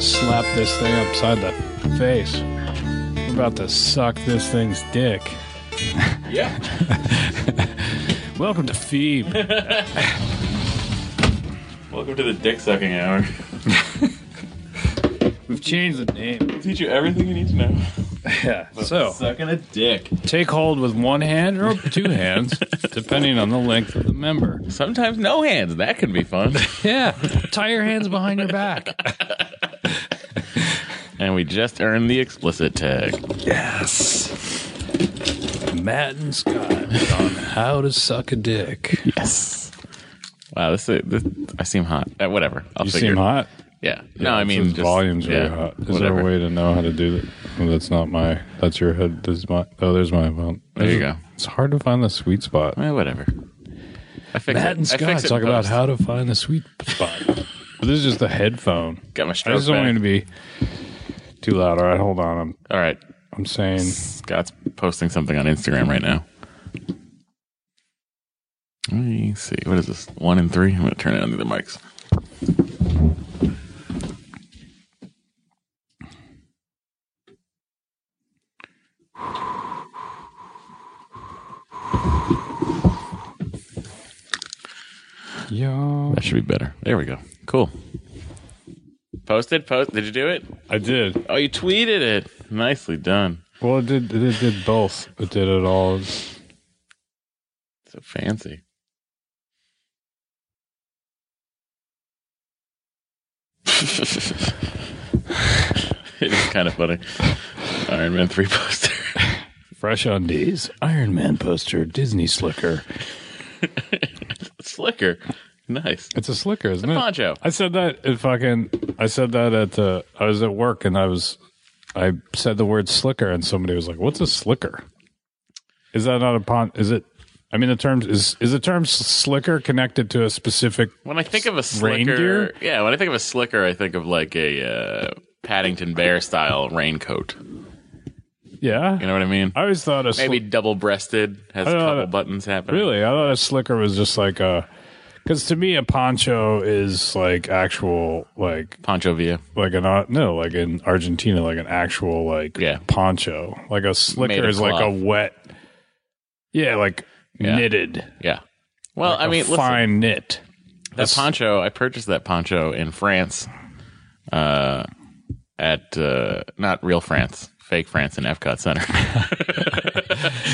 slap this thing upside the face. We're about to suck this thing's dick. Yeah. Welcome to Phoebe. Welcome to the dick sucking hour. We've changed the name. Teach you everything you need to know. Yeah. So sucking a dick. take hold with one hand or two hands, depending on the length of the member. Sometimes no hands. That can be fun. Yeah. Tie your hands behind your back. and we just earned the explicit tag. Yes. Matt and Scott on how to suck a dick. Yes. Wow, this, is, this I seem hot. Uh, whatever. I'll You figure. seem hot. Yeah. No, I It mean says just- volumes yeah, are hot. Is whatever. there a way to know how to do that? Well, that's not my. That's your head. This is my. Oh, there's my. Well, There you there's- go. It's hard to find the sweet spot. Eh, whatever. I fixed Matt it. and I Scott fixed it talk about post. how to find the sweet spot. but this is just the headphone. Got my I stroke just don't back. want to be too loud. All right, hold on. I'm All right. I'm saying Scott's posting something on Instagram right now. Let me see. What is this? One and three? I'm going to turn it on the other mics. yo. That should be better. There we go. Cool. Posted? Post? Did you do it? I did. Oh, you tweeted it. Nicely done. Well, it did. It did both. It did it all. So fancy. it is kind of funny. Iron Man 3 poster. Fresh undies, Iron Man poster, Disney slicker. Slicker. Nice. It's a slicker, isn't it? Poncho. I said that at fucking. I said that at. Uh, I was at work and I was. I said the word slicker and somebody was like, "What's a slicker? Is that not a pon? Is it? I mean, the term is is the term s- slicker connected to a specific? When I think of a slicker, Reindeer? yeah, when I think of a slicker, I think of like a uh, Paddington Bear style raincoat. Yeah, You know what I mean? I always thought a sli- Maybe double breasted, has a don't know. couple buttons happening. Really, I thought a slicker was just like a. Because to me, a poncho is like actual like Poncho Villa. like an uh, no like in Argentina like an actual like Yeah. poncho like a Made slicker of is like a cloth. wet yeah like Yeah. knitted Yeah. Well, I A mean, listen, fine knit that poncho i purchased that poncho in france uh at uh not real france fake france in epcot center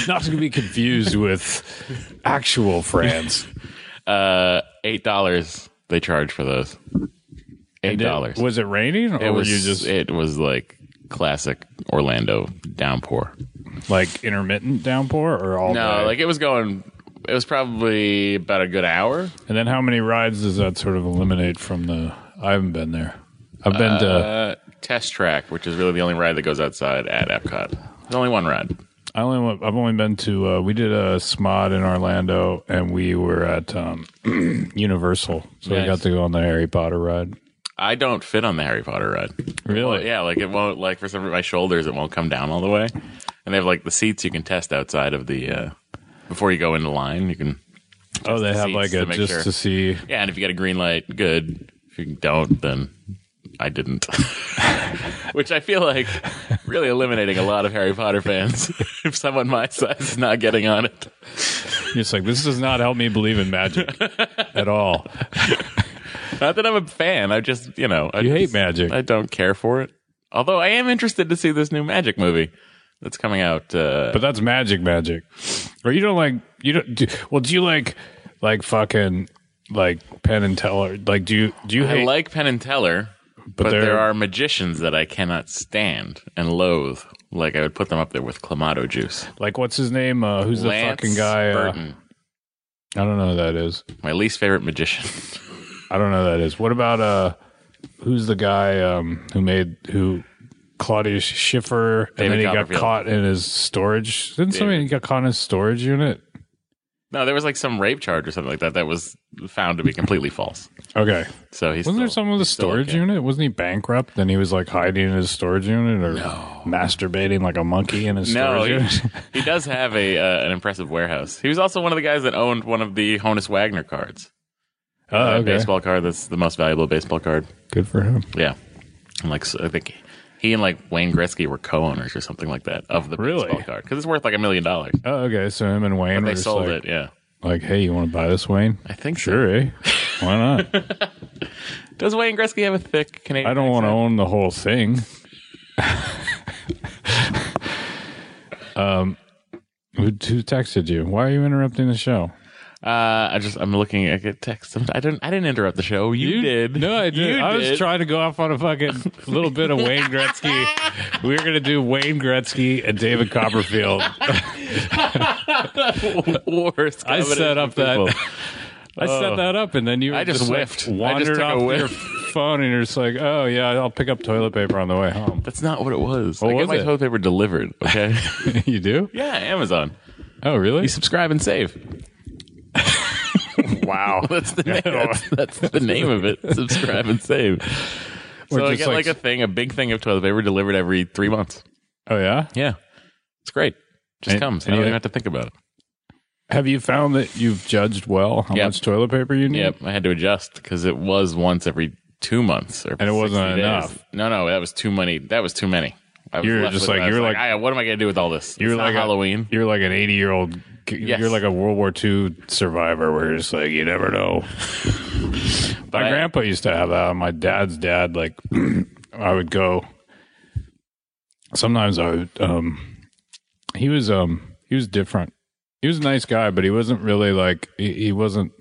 not to be confused with actual France uh eight dollars they charge for those eight Did- dollars was it raining or it was were you just it was like classic orlando downpour like intermittent downpour or all no day? like it was going it was probably about a good hour and then how many rides does that sort of eliminate from the I haven't been there I've been to uh test track which is really the only ride that goes outside at epcot there's only one ride I only went, I've only been to uh, we did a SMOD in Orlando and we were at um, Universal, so we Nice. got to go on the Harry Potter ride. I don't fit on the Harry Potter ride. Really? Well, yeah, like it won't like for some my shoulders it won't come down all the way. And they have like the seats you can test outside of the uh before you go into line, you can Oh, they have seats like to a make just sure. to see. Yeah, and if you get a green light, good. If you don't, then I didn't. Which I feel like really eliminating a lot of Harry Potter fans if someone my size is not getting on it. It's like this does not help me believe in magic at all. Not that I'm a fan, I just you know I You hate just- magic. I don't care for it. Although I am interested to see this new magic movie that's coming out uh But that's magic, magic. Or you don't like you don't. Do, well, do you like like fucking like Penn and Teller? Like, do you do you I hate? like Penn and Teller, but, they're- there are magicians that I cannot stand and loathe. Like I would put them up there with clamato juice. like, what's his name? Uh, who's Lance the fucking guy? Uh, Burton, I don't know who that is. my least favorite magician. I don't know who that is. What about uh who's the guy um who made who Claudius Schiffer and David then he got Copperfield. caught in his storage didn't somebody get caught in his storage unit? no, there was like some rape charge or something like that that was found to be completely false. Okay. So he's Wasn't there still- someone with a he's still storage okay. unit? Wasn't he bankrupt? Then he was like hiding in his storage unit or masturbating like a monkey in his No, storage he, unit? Oh, he does have a uh, an impressive warehouse. He was also one of the guys that owned one of the Honus Wagner cards, oh, a okay. baseball card that's the most valuable baseball card. Good for him. Yeah. And like, so I think he and like Wayne Gretzky were co-owners or something like that of the Really? baseball card because it's worth like a million dollars. Oh, okay. So him and Wayne were They just sold like, it. Yeah, like, hey, you want to buy this, Wayne? I think so. Sure, eh? Why not? Does Wayne Gretzky have a thick Canadian? I don't want to accent? own the whole thing. um, Um, who, who texted you? Why are you interrupting the show? Uh, I just I'm looking. I get text. I didn't. I didn't interrupt the show. You, did. No, I did. You I did. was trying to go off on a fucking little bit of Wayne Gretzky. we were going to do Wayne Gretzky and David Copperfield. Worst. I set up that. I set that up, and then you. Were Oh. I like, just whiffed. I just wandered took a off whiff. your phone, and you're just like, "Oh yeah, I'll pick up toilet paper on the way home." That's not what it was. I was get my it? toilet paper delivered. Okay. you do? yeah, Amazon. Oh really? You subscribe and save. wow, that's the name. That's, that's the name of it. Subscribe and save. Or So I just get like, a thing, a big thing of toilet paper delivered every three months. oh yeah. Yeah, it's great. Just And- comes. and I don't you- even have to think about it. Have you found that you've judged well how Yep. much toilet paper you need? Yep, I had to adjust because it was once every two months, or And it wasn't 60 days. enough. No, no, that was too many. That was too many. I was You were left just with- like- I was you were like- I, what am I going to do with all this? You're It's not like a- Halloween. You're like an 80 year old. Yes. You're like a World War II survivor. Where you're just like, you never know. my I- grandpa used to have that. My dad's dad, like, I would go. Sometimes I would. Um, he was um he was different. He was a nice guy, but he wasn't really like he, he wasn't.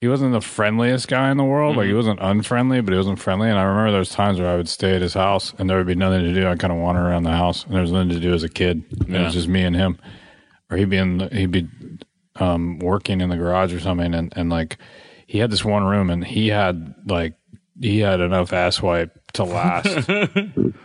He wasn't the friendliest guy in the world. Like he wasn't unfriendly, but he wasn't friendly. And I remember those times where I would stay at his house and there would be nothing to do. I kind of wander around the house and there was nothing to do as a kid. And It Yeah. was just me and him, or he'd be in the- he'd be um, working in the garage or something, and, and like he had this one room, and he had like he had enough ass wipe to last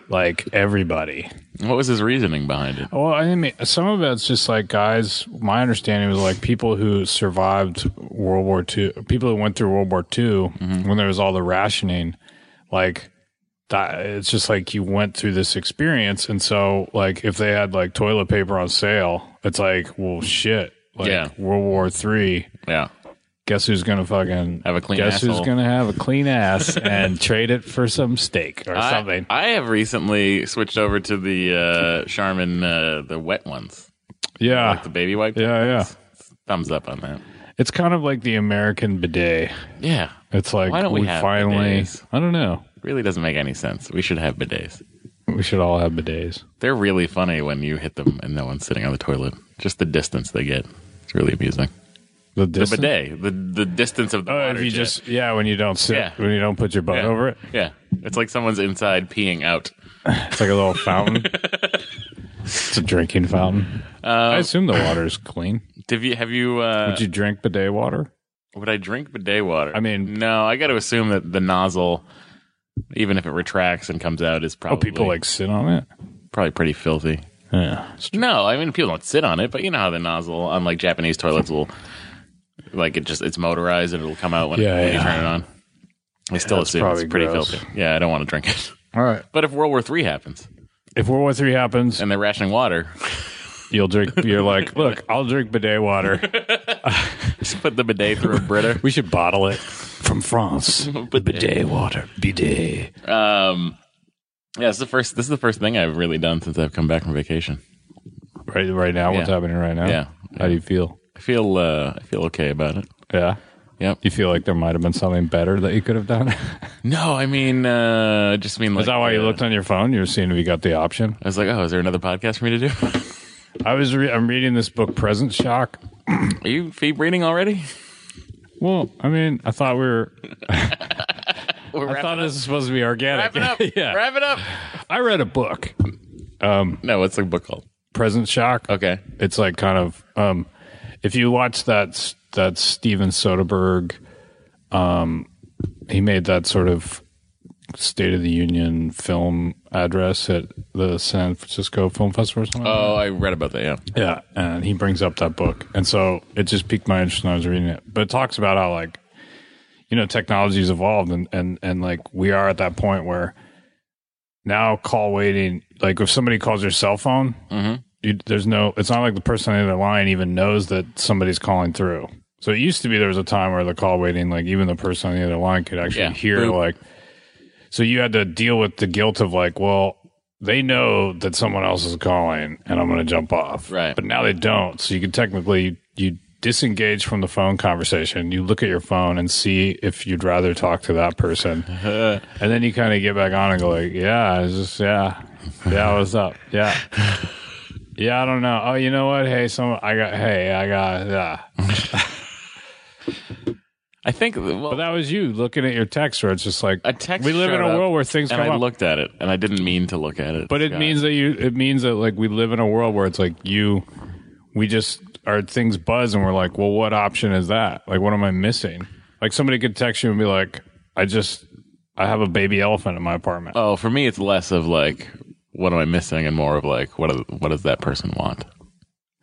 like everybody. What was his reasoning behind it? Well, I mean, some of it's just like guys. My understanding was like people who survived World War II, people who went through World War II Mm-hmm. when there was all the rationing, like that. It's just like you went through this experience, and so like if they had like toilet paper on sale, it's like, well, shit. Like Yeah. World War Three, Yeah, guess who's gonna fucking Have a clean guess asshole. who's gonna have a clean ass and trade it for some steak or I- something. I, have recently switched over to the uh, Charmin, uh, the wet ones, yeah, like the baby wipe. Ah. yeah, yeah. Thumbs up on that. It's kind of like the American bidet. Yeah, It's like Why don't we we, have finally. bidets? I don't know. really doesn't make any sense. We should have bidets. We should all have bidets. They're really funny when you hit them and no one's sitting on the toilet. Just the distance they get. It's really amusing. The, The distance- bidet, the the distance of the Oh, water if you jet. just yeah, when you don't sit, Yeah. when you don't put your butt yeah. over it, Yeah, it's like someone's inside peeing out. it's like a little fountain. it's a drinking fountain. I assume the water is clean. Have you? Have you? Uh, Would you drink bidet water? would I drink bidet water? I mean- no. I got to assume that the nozzle, even if it retracts and comes out, is probably Oh, people like sit on it. probably pretty filthy. Yeah, No, I mean people don't sit on it, but you know how the nozzle, unlike Japanese toilets, will like it just it's motorized and it'll come out when, Yeah, when you yeah. turn it on. I still That's assume it's probably pretty gross. filthy. Yeah, I don't want to drink it. All right. But if World War Three happens If World War Three happens, and they're rationing water, you'll drink. You're like, look, I'll drink bidet water. just put the bidet through a Brita. We should bottle it from France. bidet water, bidet. Um, yeah, it's the first. This is the first thing I've really done since I've come back from vacation. Right, right now, what's Yeah. happening right now? Yeah. How do you feel? I feel uh, I feel okay about it. Yeah. Yep. You feel like there might have been something better that you could have done? No, I mean, uh, I just mean like. Is that why you uh, looked on your phone? You were seeing if you got the option. I was like, oh, is there another podcast for me to do? I was re- I'm reading this book, Present Shock. Are you feed reading already? Well, I mean, I thought we were. We're I wrapping, thought this was supposed to be organic. wrapping up. yeah, Wrap it up. I read a book, No, what's the book called? Present Shock. Okay. It's like kind of um, if you watch that s- that Steven Soderbergh, um, he made that sort of State of the Union film address at the San Francisco Film Festival. Or something. Oh, I read about that. Yeah. Yeah, and he brings up that book, and so it just piqued my interest when I was reading it. But it talks about how like, you know, technology's evolved, and and and like we are at that point where now call waiting, like if somebody calls your cell phone, Mm-hmm. you, there's no, it's not like the person on the other line even knows that somebody's calling through. So it used to be there was a time where the call waiting, like even the person on the other line could actually Yeah. hear Boop. like. So you had to deal with the guilt of like, well, they know that someone else is calling and I'm going to jump off. Right. But now they don't. So you can technically, you disengage from the phone conversation. You look at your phone and see if you'd rather talk to that person. and then you kind of get back on and go like, yeah, I was just, yeah. Yeah. What's up? Yeah. Yeah. I don't know. Oh, you know what? Hey, some, I got, hey, I got, yeah. I think well, But that was you looking at your text where it's just like, a text. we live in showed a up, world where things and come I up. looked at it, and I didn't mean to look at it. But it Scott. means that you. It means that like we live in a world where it's like you. We just our things buzz, and we're like, well, what option is that? Like, what am I missing? Like somebody could text you and be like, I just I have a baby elephant in my apartment. Oh, for me, it's less of like, what am I missing, and more of like, what what does that person want?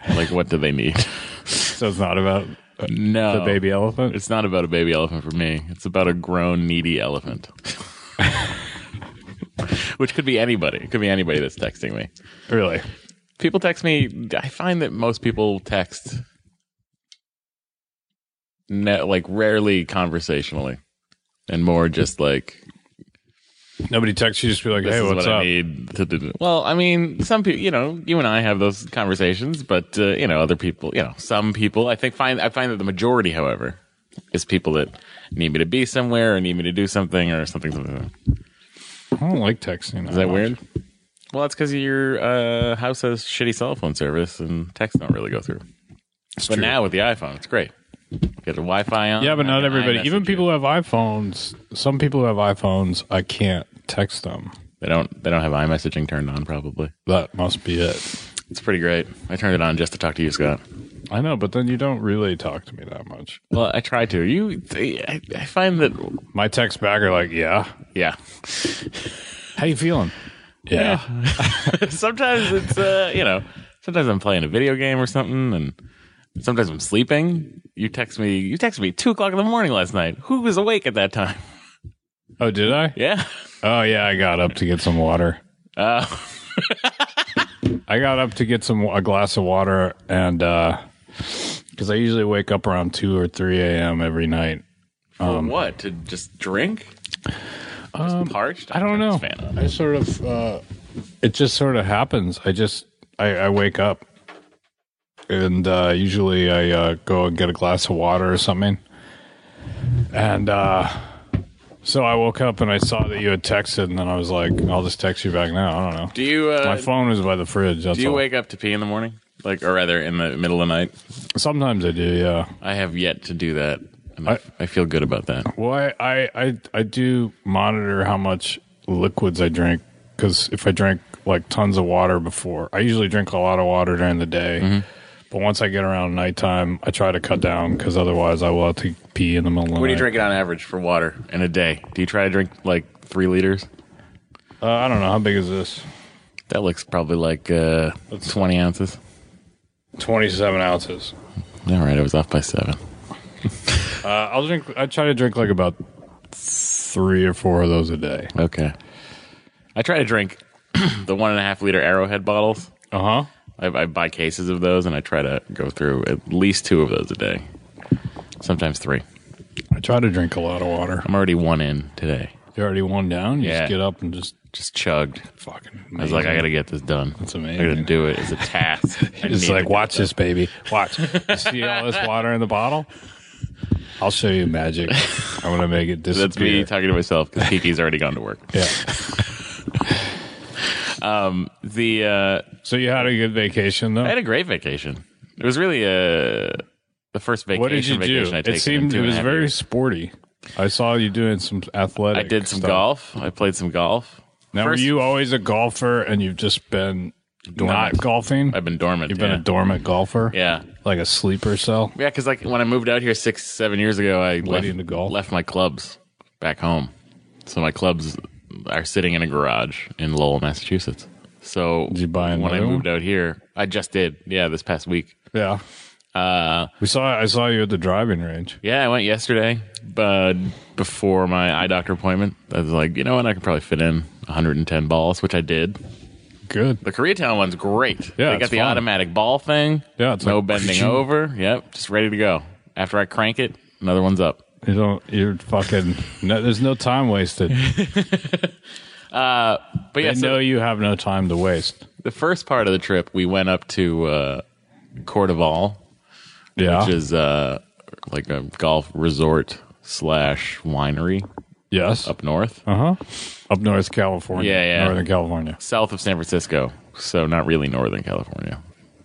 Like, what do they need? so it's not about no, the baby elephant. Oh. It's not about a baby elephant for me. It's about a grown needy elephant. Which could be anybody. It could be anybody that's texting me. Really? People text me. I find that most people text, ne- like rarely conversationally, and more just like Nobody texts you just be like, this hey, is what's what up? I need to do. Well, I mean, some people, you know, you and I have those conversations, but uh, you know, other people, you know, some people, I think find I find that the majority, however, is people that need me to be somewhere or need me to do something or something. something. I don't like texting. Is that weird? Well, that's because your uh, house has shitty cell phone service and texts don't really go through. but true. now with the iPhone, it's great. Get the Wi-Fi on. Yeah, but I not can everybody. Even iMessage people you. who have iPhones. Some people who have iPhones, I can't text them. they don't they don't have iMessaging turned on. Probably That must be it. it's pretty great. I turned it on just to talk to you, Scott. I know, but then you don't really talk to me that much. Well, I try to. You, I, I find that, My texts back are like, yeah. yeah. How you feeling? Yeah. sometimes it's, uh, you know, sometimes I'm playing a video game or something, and sometimes I'm sleeping. You text me. You text me two o'clock in the morning last night. Who was awake at that time? Oh, did I? Yeah. Oh, yeah. I got up to get some water. Uh, I got up to get some a glass of water, and because I usually wake up around two or three a.m. every night. Um, what? To just drink? Just parched? I don't know. Fan. I sort of. Uh, it just sort of happens. I just I, I wake up, and uh, usually I uh, go and get a glass of water or something. And uh, so I woke up and I saw that you had texted, and then I was like, "I'll just text you back now." I don't know. Do you, My uh, phone was by the fridge. That's do you all. wake up to pee in the morning? Like, or rather, in the middle of the night? Sometimes I do, yeah. I have yet to do that. And I, I- I feel good about that. Well, I I I, I do monitor how much liquids I drink because if I drink like tons of water before, I usually drink a lot of water during the day. Mm-hmm. But once I get around nighttime, I try to cut down because otherwise I will have to pee in the middle of the What do night. you drink it on average for water in a day? Do you try to drink like three liters? Uh, I don't know how big is this. That looks probably like uh, 20 ounces. Twenty-seven ounces. All right, I was off by seven. Uh, I'll drink. I try to drink like about three or four of those a day. Okay. I try to drink the one and a half liter arrowhead bottles. Uh huh. I, I buy cases of those and I try to go through at least two of those a day, sometimes three. I try to drink a lot of water. I'm already one in today. You're already one down. You Yeah. just get up and just Just chugged. fucking. I was like, I got to get this done. That's I got to amazing. do it. It's a task. I It's need to like, get watch this, baby. Watch. You see all this water in the bottle? I'll show you magic. I'm going to make it disappear. That's me talking to myself because Kiki's already gone to work. Yeah. The uh, So you had a good vacation, I though? had a great vacation. It was really uh, the first vacation. What did you do? vacation I taken It in seemed two it and a was half very years. sporty. I saw you doing some athletic. I did some stuff. golf. I played some golf. Now, First- were you always a golfer and you've just been Dormant. not golfing? I've been dormant. You've yeah. been a dormant golfer? yeah. Like a sleeper cell? Yeah, because like when I moved out here six, seven years ago, I left, into golf. left my clubs back home. So my clubs are sitting in a garage in Lowell, Massachusetts. So Did you buy when I another one? moved out here, I just did. Yeah, this past week. Yeah. Uh, We saw. I saw you at the driving range. Yeah, I went yesterday, but before my eye doctor appointment, I was like, you know what, I could probably fit in 110 balls, which I did. Good. The Koreatown one's great. Yeah, they it's got the fun. automatic ball thing. Yeah, it's no like- bending over. Yep, just ready to go. After I crank it, another one's up. You don't. You're fucking. No, there's no time wasted. But yeah, I so- know you have no time to waste. the first part of the trip, we went up to uh, Cordoval, Yeah. which is uh, like a golf resort slash winery yes. Up, up north, up north California. Yeah, yeah. Northern California. south of San Francisco. So not really northern California,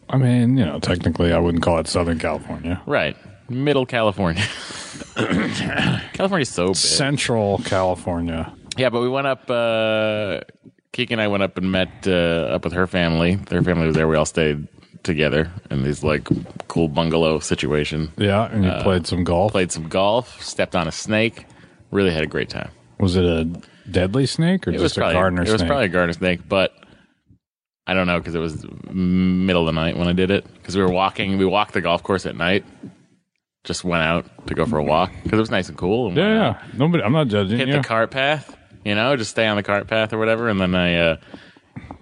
I mean, you know, technically, I wouldn't call it Southern California. right? Middle California. California's so big. Central California. Yeah, but we went up. Uh, Keegan and I went up and met uh, up with her family. Their family was there. We all stayed together in these like cool bungalow situation. Yeah, and Uh, you played some golf. Played some golf. Stepped on a snake. Really had a great time. was it a deadly snake or It just was a probably gardener it snake? was probably a gardener snake, but I don't know because it was middle of the night when I did it because we were walking. We walked the golf course at night. Just went out to go for a walk because it was nice and cool. And yeah, went out. yeah. Nobody. I'm not judging hit you. the cart path, you know, just stay on the cart path or whatever. And then I, uh,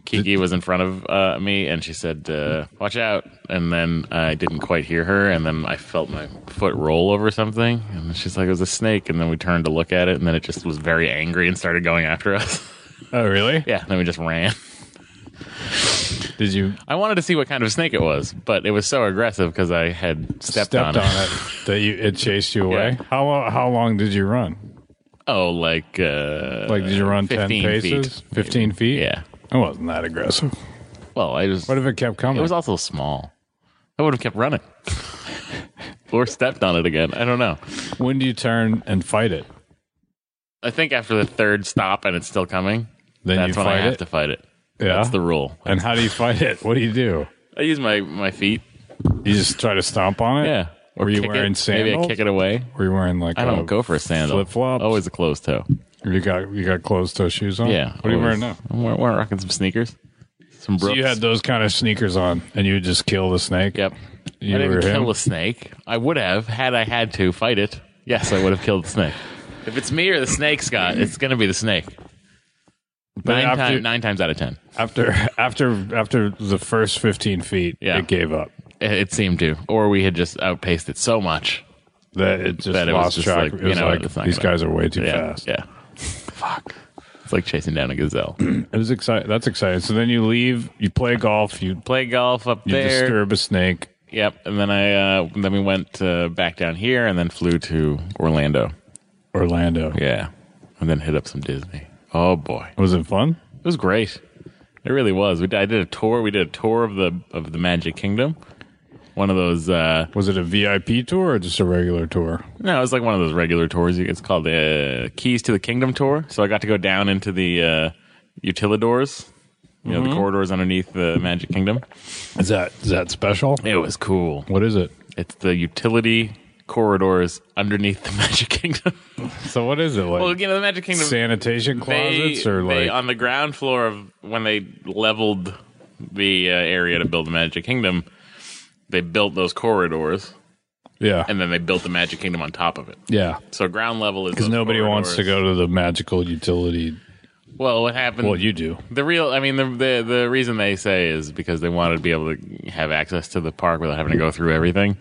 Kiki was in front of uh, me and she said, uh, watch out. And then I didn't quite hear her. And then I felt my foot roll over something. And she's like, it was a snake. And then we turned to look at it. And then it just was very angry and started going after us. oh, really? yeah. And then we just ran. Did you I wanted to see what kind of snake it was, but it was so aggressive because I had stepped, on, it. that you it chased you away? Yeah. How how long did you run? Oh, like, uh, Like, did you run ten 15 paces? feet. Fifteen feet? Yeah. it wasn't that aggressive. Well, I just. What if it kept coming? It was also small. I would have kept running or stepped on it again. I don't know. when do you turn and fight it? I think after the third stop and it's still coming, Then that's you when I fight have it? to fight it. Yeah, That's the rule. and how do you fight it? What do you do? I use my, my feet. You just try to stomp on it? Yeah. Were you kick wearing it. Maybe I sandals? kick it away. Were you wearing like I a- don't go for a sandal. flip-flops? Always a closed toe. You got you got closed toe shoes on. Yeah. What are you wearing always. now? I'm wearing, wearing- rocking some sneakers. Some Brooks. So you had those kind of sneakers on, and you would just kill the snake. Yep. You I didn't were kill him? a snake. I would have had I had to fight it. Yes, I would have killed the snake. If it's me or the snake, Scott, it's going to be the snake. But Nine, after, ti- nine times out of ten, after after after the first fifteen feet, Yeah. it gave up. it, it seemed to, or we had just outpaced it so much. That it just That it was lost just track. like, it you was know, like it's not these gonna- guys are way too Yeah, fast. yeah. Fuck, it's like chasing down a gazelle. It was exciting. That's exciting. So then you leave. You play golf. You Play golf up you there. disturb a snake. Yep, and then I uh, then we went uh, back down here, and then flew to Orlando. Orlando. Yeah, and then hit up some Disney. Oh boy, Was it fun? it was great. It really was. We did, I did a tour. We did a tour of the of the Magic Kingdom. One of those. Uh, Was it a VIP tour or just a regular tour? No, it was like one of those regular tours. It's called the uh, Keys to the Kingdom tour. So I got to go down into the uh, utilidors, you know, the corridors underneath the Magic Kingdom. Is that is that special? It was cool. What is it? It's the utility corridors underneath the Magic Kingdom. So what is it like? well, you know, the Magic Kingdom Sanitation they, closets or they- like on the ground floor of when they leveled the uh, area to build the Magic Kingdom, they built those corridors yeah and then they built the Magic Kingdom on top of it. yeah So ground level is because nobody wants to go to the magical utility. Well, what happened? Well, you do. The real, I mean, the, the the reason they say is because they wanted to be able to have access to the park without having to go through everything.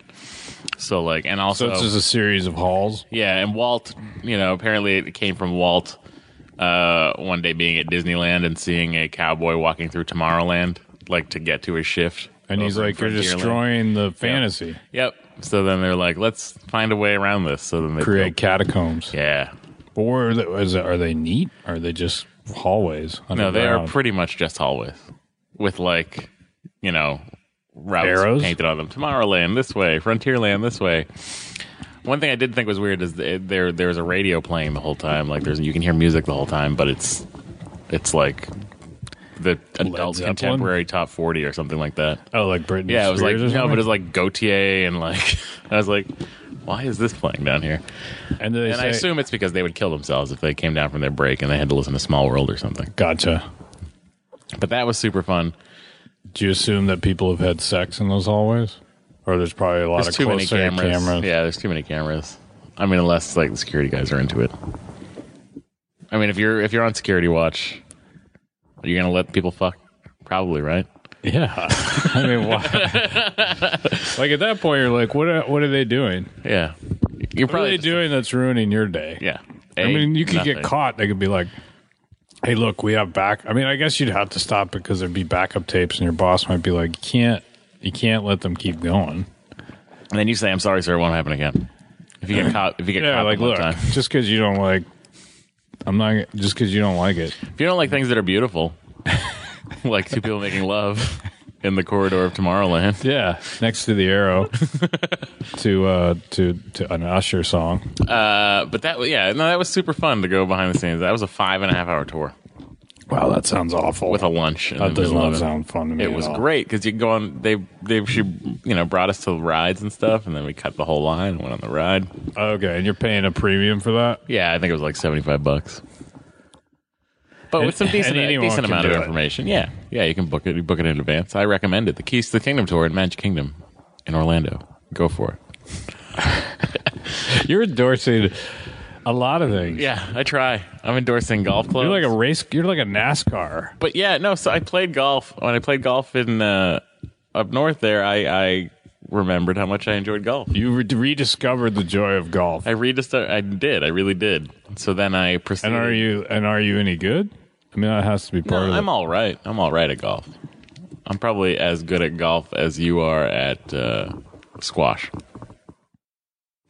So like, and So also, it's just a series of halls. yeah, and Walt, you know, apparently it came from Walt. Uh, one day being at Disneyland and seeing a cowboy walking through Tomorrowland, like to get to his shift, And he's over in like, "You're Frontierland." destroying the fantasy. Yep. So then they're like, "Let's find a way around this." So then they Create catacombs." yeah. Or is it- is it- are they neat? Are they just hallways? No, they are underground? pretty much just hallways with like, you know, routes Arrows? painted on them. Tomorrowland this way, Frontierland this way. One thing I did think was weird is th- there there's a radio playing the whole time. Like there's you can hear music the whole time, but it's it's like the adult Zeppelin? contemporary top forty or something like that. Oh, like Britney. Yeah, it was like Spears or no, but it was something? like Gautier and like I was like, why is this playing down here? and they And I say- assume it's because they would kill themselves if they came down from their break and they had to listen to Small World or something. gotcha. But that was super fun. Do you assume that people have had sex in those hallways, or there's probably a lot There's of too many close air cameras. cameras? Yeah, there's too many cameras. I mean, unless like the security guys are into it. I mean, if you're if you're on security watch, are you gonna let people fuck? Probably, right? Yeah. I mean, why? like at that point, you're like, what? Are, what are they doing? Yeah. You're What are probably they just- doing that's ruining your day? Yeah. I A, mean, you could nothing. get caught. They could be like, "Hey, look, we have back." I mean, I guess you'd have to stop because there'd be backup tapes, and your boss might be like, "You can't, you can't let them keep going." And then you say, "I'm sorry, sir. It won't happen again." If you get caught, if you get Yeah, caught like, one more look, time, just because you don't like, I'm not just because you don't like it. if you don't like things that are beautiful, like two people making love in the corridor of Tomorrowland. Yeah, next to the arrow, to uh, to to an Usher song. Uh, but that, yeah, no, that was super fun to go behind the scenes. That was a five and a half hour tour Wow, that sounds awful. with a lunch. in the that does middle of not it. sound fun to me. It at was all. great because you can go on. They they she you know brought us to rides and stuff, and then we cut the whole line and went on the ride. Okay, and you're paying a premium for that. Yeah, I think it was like seventy five bucks. But with some And- decent, and a anyone decent can amount of do it. information, yeah, yeah, you can book it. You book it in advance. I recommend it. The Keys to the Kingdom tour in Magic Kingdom in Orlando. Go for it. You're endorsing a lot of things. Yeah, I try. I'm endorsing golf clubs. You're like a race. You're like a NASCAR. but yeah, no. So I played golf when I played golf in uh, up north. There, I, I remembered how much I enjoyed golf. You re- rediscovered the joy of golf. I read I did. I really did. So then I proceeded. And are you and are you any good? I mean, that has to be part No, of it. I'm all right. I'm all right at golf. I'm probably as good at golf as you are at uh, squash.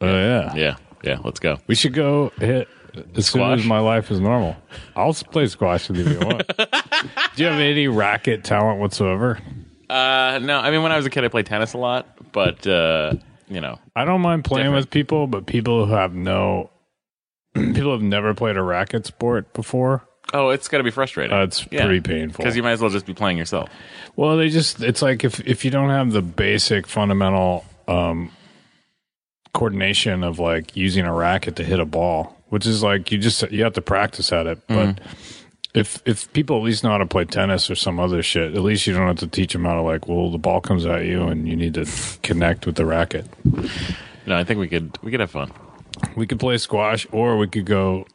oh yeah. Yeah, yeah. Let's go. We should go hit as soon Squash? as my life is normal. I'll s- play squash with you if you want. Do you have any racket talent whatsoever? Uh, no, I mean when I was a kid, I played tennis a lot, but uh, you know, I don't mind playing with people, but people who have no people have never played a racket sport before. oh, it's got to be frustrating. That's pretty painful. because you might as well just be playing yourself. Well, they just it's like if if you don't have the basic fundamental um coordination of like using a racket to hit a ball, which is like you just you have to practice at it, but if if people at least know how to play tennis or some other shit, at least you don't have to teach them how to like, well, the ball comes at you and you need to connect with the racket. No, I think we could we could have fun. We could play squash or we could go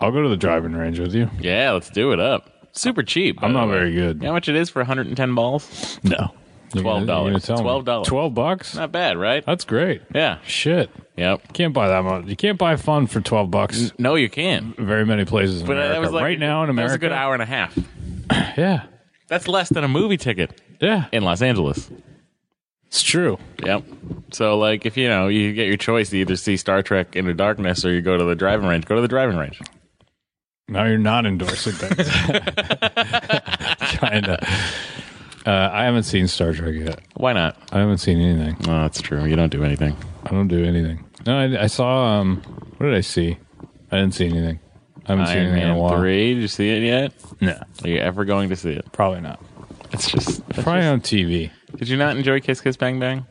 I'll go to the driving range with you. Yeah, let's do it up. Super cheap. by I'm the not way. very good. You know how much it is for 110 balls? No. $12. $12. Twelve bucks? Not bad, right? That's great. Yeah. Shit. Yep. Can't buy that much. You can't buy fun for twelve bucks. No, you can. Very many places in Mm. But uh, America. that was like right now in that was America, a good hour and a half. yeah, That's less than a movie ticket yeah, in Los Angeles. it's true. Yep. So, like, if you know, you get your choice to either see Star Trek Into Darkness or you go to the driving range, go to the driving range. Now you're not endorsing things. Kinda. Uh, I haven't seen Star Trek yet. Why not? I haven't seen anything. Oh, that's true. You don't do anything. I don't do anything. No, I, I saw. Um, what did I see? I didn't see anything. I haven't seen Iron anything in a Man while. 3, did you see it yet? No, Are you ever going to see it? probably not. It's just. it's Probably on TV. just- did you not enjoy Kiss Kiss Bang Bang?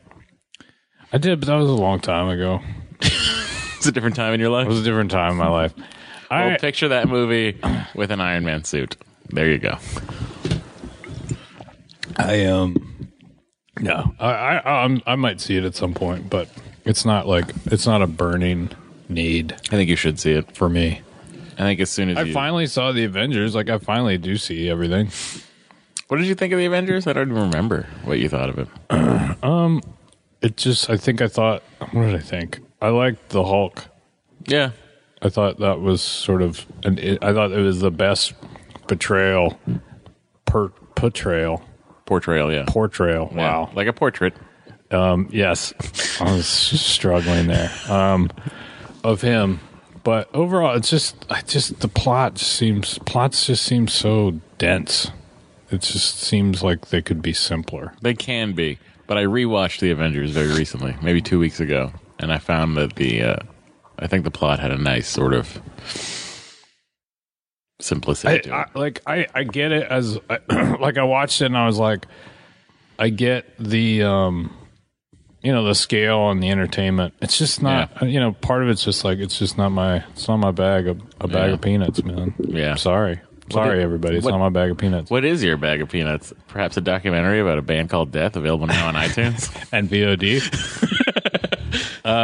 I did, but that was a long time ago. It's a different time in your life. It was a different time in my life. I, Well, picture that movie with an Iron Man suit. There you go. I um no, I I um, I might see it at some point, but it's not like it's not a burning need I think you should see it. for me. I think as soon as I you. finally saw the Avengers. Like I finally do see everything. what did you think of the Avengers? I don't even remember what you thought of it. It just I think I thought what did I think? I liked the Hulk. Yeah. I thought that was sort of and it, I thought it was the best betrayal per portrayal Portrayal, yeah. portrayal. Wow. Yeah, like a portrait. Yes, I was struggling there um, of him, but overall, it's just I just the plot just seems plots just seem so dense. It just seems like they could be simpler. They can be, but I rewatched the Avengers very recently, maybe two weeks ago, and I found that the uh, I think the plot had a nice sort of simplicity I, to it. I, like I, I get it as I, like I watched it and I was like, I get the um, you know the scale and the entertainment. It's just not you know part of it's just like it's just not my it's not my bag of a bag Yeah. of peanuts, man. Yeah. sorry, sorry did- everybody, it's what- not my bag of peanuts. what is your bag of peanuts? Perhaps a documentary about a band called Death, available now on iTunes. and VOD. um,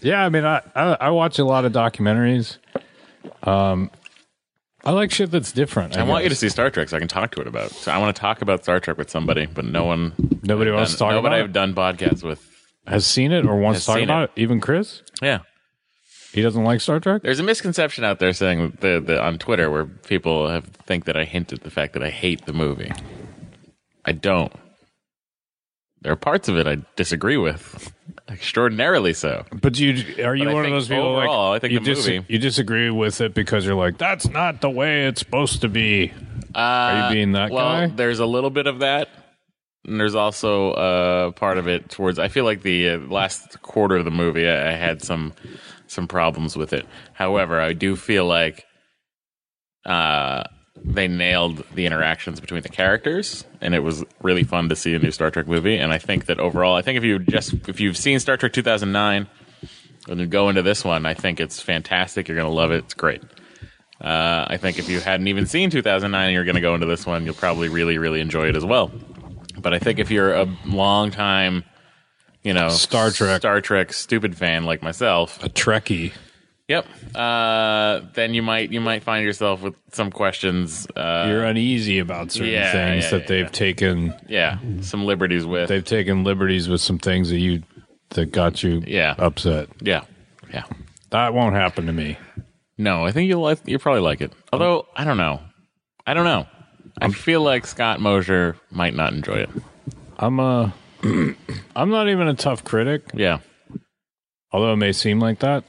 yeah, I mean, I, I I watch a lot of documentaries. Um, I like shit that's different. I want you to guess. see Star Trek so I can talk to it about. So I want to talk about Star Trek with somebody, but no one, Nobody wants to talk nobody about I've done podcasts with has seen it or wants Has to talk seen about it. Even Chris, Yeah. he doesn't like Star Trek. There's a misconception out there saying that the, the, on Twitter where people have think that I hint at the fact that I hate the movie. I don't. There are parts of it I disagree with, extraordinarily so. But you are you But I one of think those people? overall, I like, think you the dis- movie- you disagree with it because you're like, that's not the way it's supposed to be. Uh, Are you being that well, guy? there's a little bit of that, and there's also uh, part of it towards. I feel like the uh, last quarter of the movie, I, I had some some problems with it. However, I do feel like uh, they nailed the interactions between the characters, and it was really fun to see a new Star Trek movie. And I think that overall, I think if you just if you've seen Star Trek 2009 and you go into this one, I think it's fantastic. You're gonna love it. It's great. Uh, I think if you hadn't even seen 2009 and you're going to go into this one, you'll probably really, really enjoy it as well. But I think if you're a long time, you know, Star Trek. Star Trek stupid fan like myself, A Trekkie. yep, uh, then you might you might find yourself with some questions. Uh, you're uneasy about certain yeah, things yeah, that yeah. they've taken. yeah, some liberties with. They've taken liberties with some things that you that got you Yeah. upset. yeah, yeah. That won't happen to me. No, I think you'll like, you'll probably like it. Although I don't know, I don't know. I feel like Scott Mosier might not enjoy it. I'm a I'm not even a tough critic, Yeah, although it may seem like that.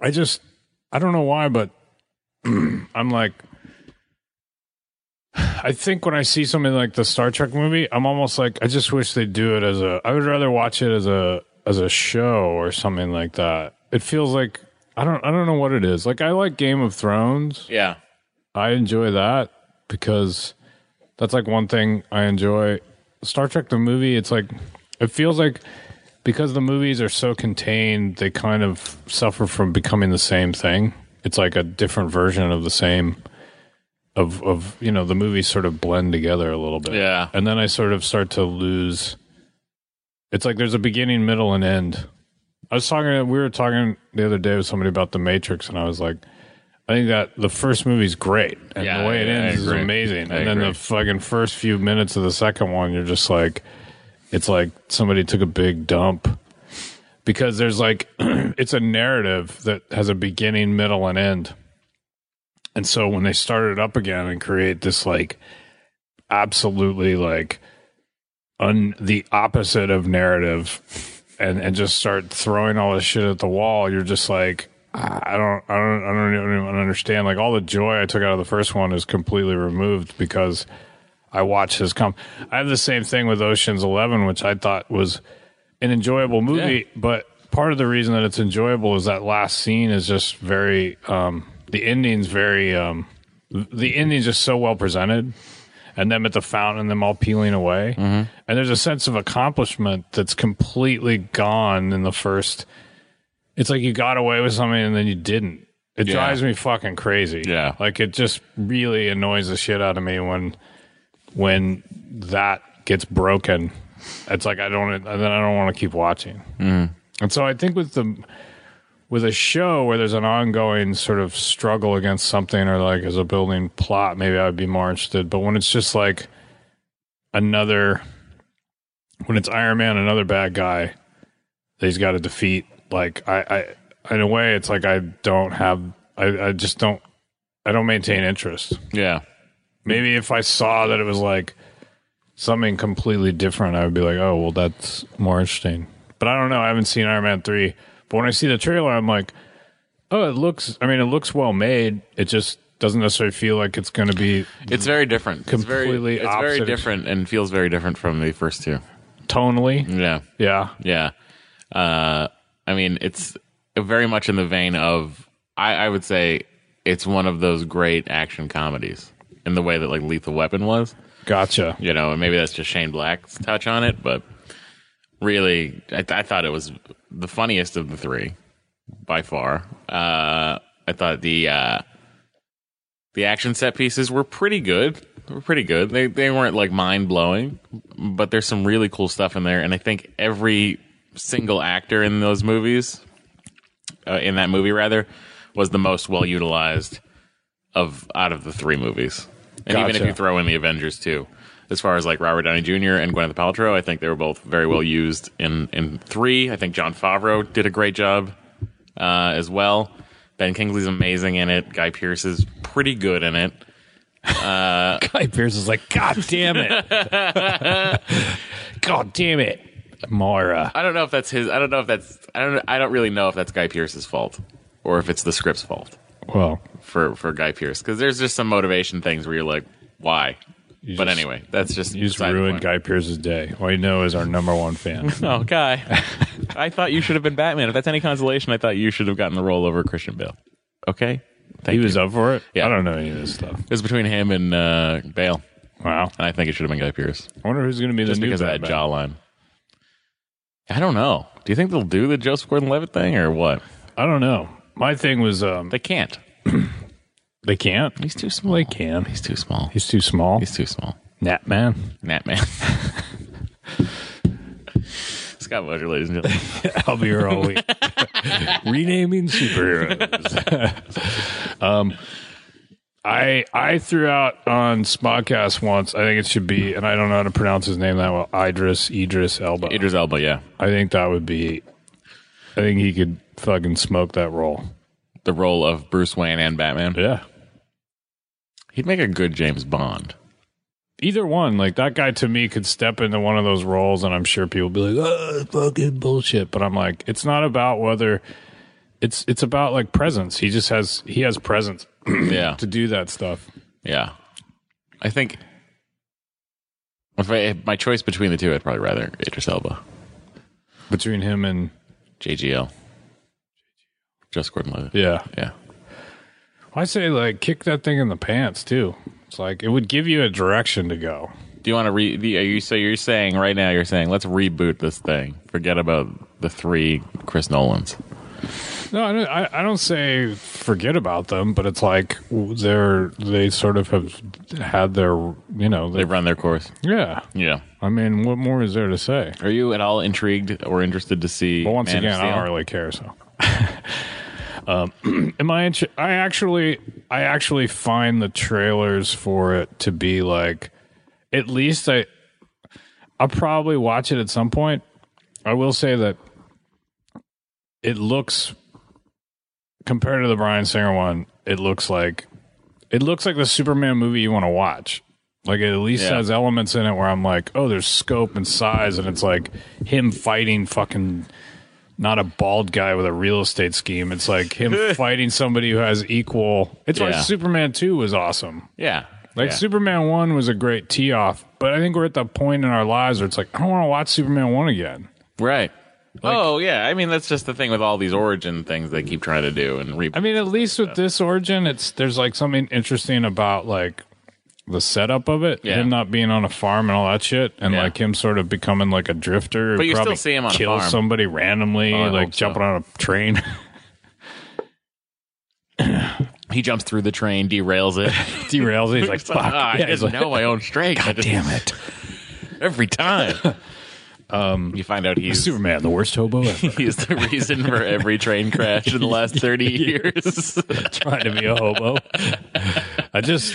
I just I don't know why, but I'm like I think when I see something like the Star Trek movie, I'm almost like I just wish they'd do it as a I would rather watch it as a as a show or something like that. It feels like I don't I don't know what it is. Like I like Game of Thrones. yeah, I enjoy that because that's like one thing I enjoy. Star Trek the movie, it's like it feels like because the movies are so contained, they kind of suffer from becoming the same thing. It's like a different version of the same of of you know, the movies sort of blend together a little bit. Yeah. And then I sort of start to lose it's like there's a beginning, middle, and end. I was talking we were talking the other day with somebody about the Matrix and I was like I think that the first movie's great, and Yeah, the way it I- I ends is agree. amazing. I and then agree. the fucking first few minutes of the second one, you're just like, it's like somebody took a big dump because there's like, it's a narrative that has a beginning, middle, and end. And so when they start it up again and create this like absolutely like un the opposite of narrative and and just start throwing all this shit at the wall you're just like i don't i don't i don't even understand like all the joy i took out of the first one is completely removed because i watched this come i have the same thing with oceans 11 which i thought was an enjoyable movie but part of the reason that it's enjoyable is that last scene is just very um the ending's very um the ending's just so well presented and them at the fountain, them all peeling away. And there's a sense of accomplishment that's completely gone in the first. It's like you got away with something and then you didn't. It drives me fucking crazy. Yeah. Like it just really annoys the shit out of me when when that gets broken. It's like I don't and then I don't want to keep watching. And so I think with the with a show where there's an ongoing sort of struggle against something or like as a building plot, maybe I would be more interested. But when it's just like another, when it's Iron Man, another bad guy that he's got to defeat, like I, I, in a way, it's like I don't have, I, I just don't, I don't maintain interest. yeah. Maybe if I saw that it was like something completely different, I would be like, oh, well, that's more interesting. But I don't know. I haven't seen Iron Man 3. But when I see the trailer, I'm like, oh, it looks, I mean, it looks well made. It just doesn't necessarily feel like it's going to be It's very different. Completely it's very, it's very opposite. different and feels very different from the first two. tonally. Yeah, Yeah. yeah. Uh, I mean, it's very much in the vein of I, I would say it's one of those great action comedies in the way that like Lethal Weapon was. Gotcha. You know, and maybe that's just Shane Black's touch on it, but really, I, I thought it was the funniest of the three by far. Uh, I thought the uh, the action set pieces were pretty good. They were pretty good. They they weren't like mind blowing, but there's some really cool stuff in there. And I think every single actor in those movies, uh, in that movie rather, was the most well utilized of out of the three movies. And even if Gotcha. you throw in the Avengers too, as far as like Robert Downey Jr. and Gwyneth Paltrow, I think they were both very well used in in three. I think John Favreau did a great job uh, as well. Ben Kingsley's amazing in it. Guy Pearce is pretty good in it. Guy Pierce is like, God damn it. God damn it. Moira. I don't know if that's his. I don't know if that's. I don't. I don't really know if that's Guy Pearce's fault or if it's the script's fault Well, for for Guy Pearce because there's just some motivation things where you're like, why? but just- anyway, that's just you just beside the ruined point. Guy Pierce's day. All you know is our number one fan. Oh, Guy. I thought you should have been Batman. If that's any consolation, I thought you should have gotten the role over Christian Bale. Okay? Thank he you. was up for it. Yeah. I don't know any of this stuff. It was between him and uh, Bale. Wow. And I think it should have been Guy Pearce. I wonder who's going to be Just the new because of that Batman. jawline. I don't know. Do you think they'll do the Joseph Gordon Levitt thing or what? I don't know. My thing was um, They can't. they can't. He's too small. They can. He's too small. He's too small. He's too small. Nat man. Nat man. Scott Butler, ladies and gentlemen. I'll be here all week. Renaming superheroes. um, I I threw out on Spotcast once. I think it should be, and I don't know how to pronounce his name that well. Idris Idris Elba. Idris Elba, yeah. I think that would be. I think he could fucking smoke that role. The role of Bruce Wayne and Batman. Yeah. He'd make a good James Bond. Either one, like that guy to me could step into one of those roles, and I'm sure people be like, "Oh, it's fucking bullshit." But I'm like, it's not about whether. It's it's about like presence. He just has he has presence Yeah. to do that stuff. Yeah, I think if, I, if my choice between the two, I'd probably rather Idris Elba, between him and JGL, just Gordon Levitt. yeah Yeah, i say like kick that thing in the pants too it's like it would give you a direction to go do you want to re? The, are you so you're saying right now you're saying let's reboot this thing. Forget about the three Chris Nolans. no i don't, I, I don't say forget about them but it's like they're they sort of have had their you know They they, run their course. yeah Yeah. i mean what more is there to say Are you at all intrigued or interested to see? but once Man of again i Steel? don't really care so um am i int- i actually i actually find the trailers for it to be like at least I I'll probably watch it at some point. I will say that it looks compared to the Brian Singer one, it looks like it looks like the Superman movie you want to watch. Like it at least Yeah. has elements in it where I'm like, oh, there's scope and size, and it's like him fighting fucking not a bald guy with a real estate scheme. It's like him fighting somebody who has equal. It's why Yeah. Superman Two was awesome. yeah. Like yeah. Superman one was a great tee off, but I think we're at the point in our lives where it's like I don't want to watch Superman one again. right. oh yeah. I mean that's just the thing with all these origin things they keep trying to do and re- I mean, at least with this origin, it's there's like something interesting about like the setup of it, Yeah. him not being on a farm and all that shit, and Yeah. like him sort of becoming like a drifter. But you still probably see him on a kill farm. somebody randomly, Oh, I like hope so. jumping on a train. he jumps through the train, derails it. derails. it. He's like, It's fuck. like, ah, I Yeah, he's didn't like, know my own strength. I just- damn it, Every time. um, you find out he's Superman, the worst hobo ever. he's the reason for every train crash in the last thirty years. Trying to be a hobo. I just,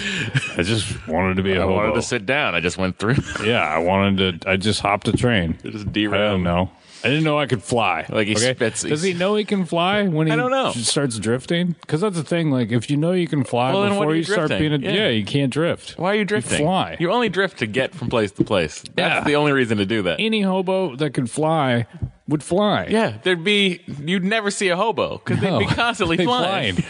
I just wanted to be a I hobo. wanted to sit down. I just went through. Yeah, I wanted to. I just hopped a train. just I don't derailed. know. I didn't know I could fly. Like he spits- Does he know he can fly when he I don't know. starts drifting? Because that's the thing. Like if you know you can fly Well, then what before are you you start drifting? being a yeah. Yeah. you can't drift. Why are you drifting? fly. You only drift to get from place to place. That's Yeah. the only reason to do that. Any hobo that could fly would fly. yeah, there'd be you'd never see a hobo because No. they'd be constantly They flying.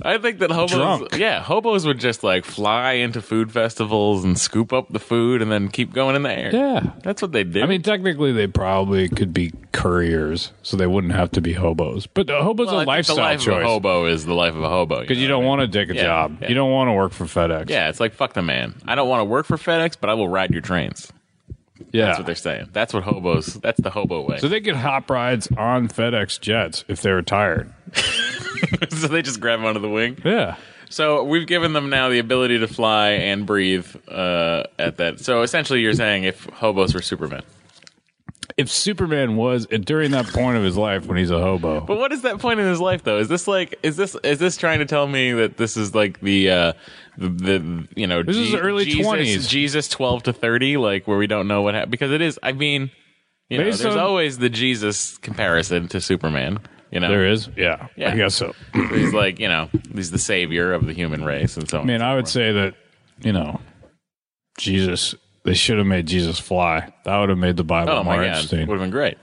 I think that hobos, Drunk. yeah, hobos would just like fly into food festivals and scoop up the food and then keep going in the air. Yeah. that's what they did. I mean, technically, they probably could be couriers, so they wouldn't have to be hobos. But a hobo's Well, a I think lifestyle the life choice of a hobo is the life of a hobo. because you don't want to take a Yeah, job. yeah. You don't want to work for FedEx. Yeah, it's like fuck the man. I don't want to work for FedEx, but I will ride your trains. yeah. That's what they're saying. That's what hobos. That's the hobo way. so they could hop rides on FedEx jets if they were tired. so they just grab onto the wing. Yeah. So we've given them now the ability to fly and breathe uh, at that. So essentially, you're saying if hobos were Superman, if Superman was during that point of his life when he's a hobo, But what is that point in his life though? Is this like is this is this trying to tell me that this is like the uh the, the you know This is early Jesus- 20s. Jesus 12 to 30 like where we don't know what happened because it is I mean you know, Based there's on- always the Jesus comparison to Superman, you know. there is, yeah, Yeah. I guess so. I He's like, you know, he's the savior of the human race and so on. mean, I would say that you know, Jesus. They should have made Jesus fly. That would have made the Bible more oh my god, would interesting. have been great.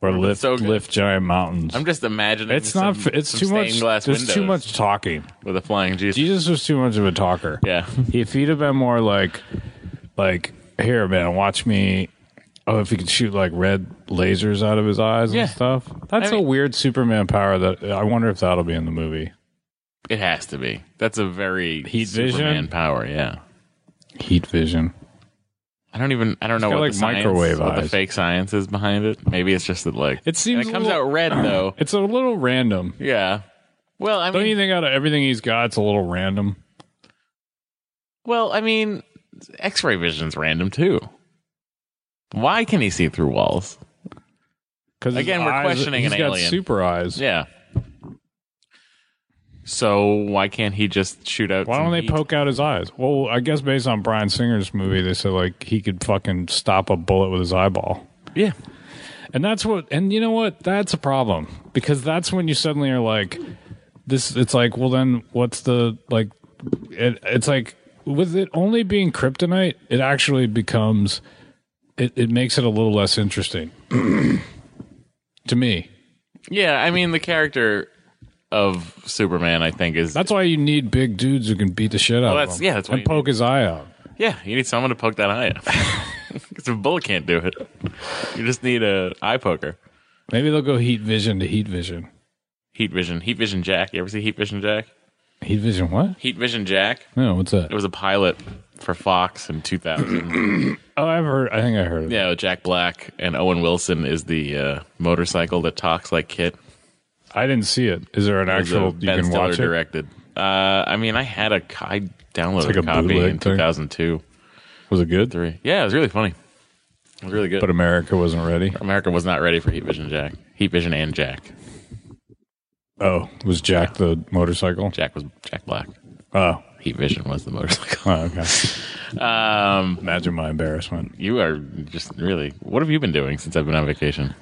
Or lift so good. lift giant mountains. I'm just imagining it's not. some- It's some too much. stained glass There's too windows much talking. with a flying Jesus. Jesus was too much of a talker. Yeah. If he'd have been more like, like here, man, watch me. Oh, if he could shoot like red lasers out of his eyes Yeah. and stuff. That's I mean- a weird Superman power that I wonder if that'll be in the movie. It has to be. That's a very Heat vision? Superman power, yeah. Heat vision. I don't even. I don't know got, what like, the science, microwave what the eyes. fake science is behind it. Maybe it's just that like It seems and it a comes little- out red though. It's a little random. Yeah. Well, I Don't mean, you think out of everything he's got, it's a little random? well, I mean, X-ray vision's random too. Why can he see through walls? Because Again, we're questioning an got alien. Super eyes. Yeah. So why can't he just shoot out? Why some don't they heat? poke out his eyes? Well, I guess based on Brian Singer's movie, they said like he could fucking stop a bullet with his eyeball. Yeah. And that's what, and you know what? That's a problem because that's when you suddenly are like, this, it's like, well, then what's the, like, it, it's like, with it only being kryptonite, it actually becomes, it, it makes it a little less interesting to me. Yeah. I mean, the character of Superman, I think, is That's why you need big dudes who can beat the shit out of that's- him. yeah, that's why and you poke his eye out. Yeah, you need someone to poke that eye out. Because a bullet can't do it. You just need a eye poker. Maybe they'll go heat vision to heat vision. Heat Vision. Heat Vision Jack. You ever see Heat Vision Jack? Heat vision, what? Heat Vision Jack. No, what's that? It was a pilot for Fox in 2000. Oh, I've heard, I think I heard of it. yeah, with Jack Black and Owen Wilson is the uh, motorcycle that talks like Kit. I didn't see it. Is there an It was, uh, actual, you ben can Stiller watch it? directed. Uh, I mean, I had a co- I downloaded like a a copy bootleg in thing. 2002. Was it good? Three. Yeah, it was really funny. It was really good. But America wasn't ready. America was not ready for Heat Vision Jack. Heat Vision and Jack. Oh, was Jack the motorcycle? Jack was Jack Black. Oh, Heat Vision was the motorcycle. oh okay. Um, Imagine my embarrassment. you are just really. What have you been doing since I've been on vacation?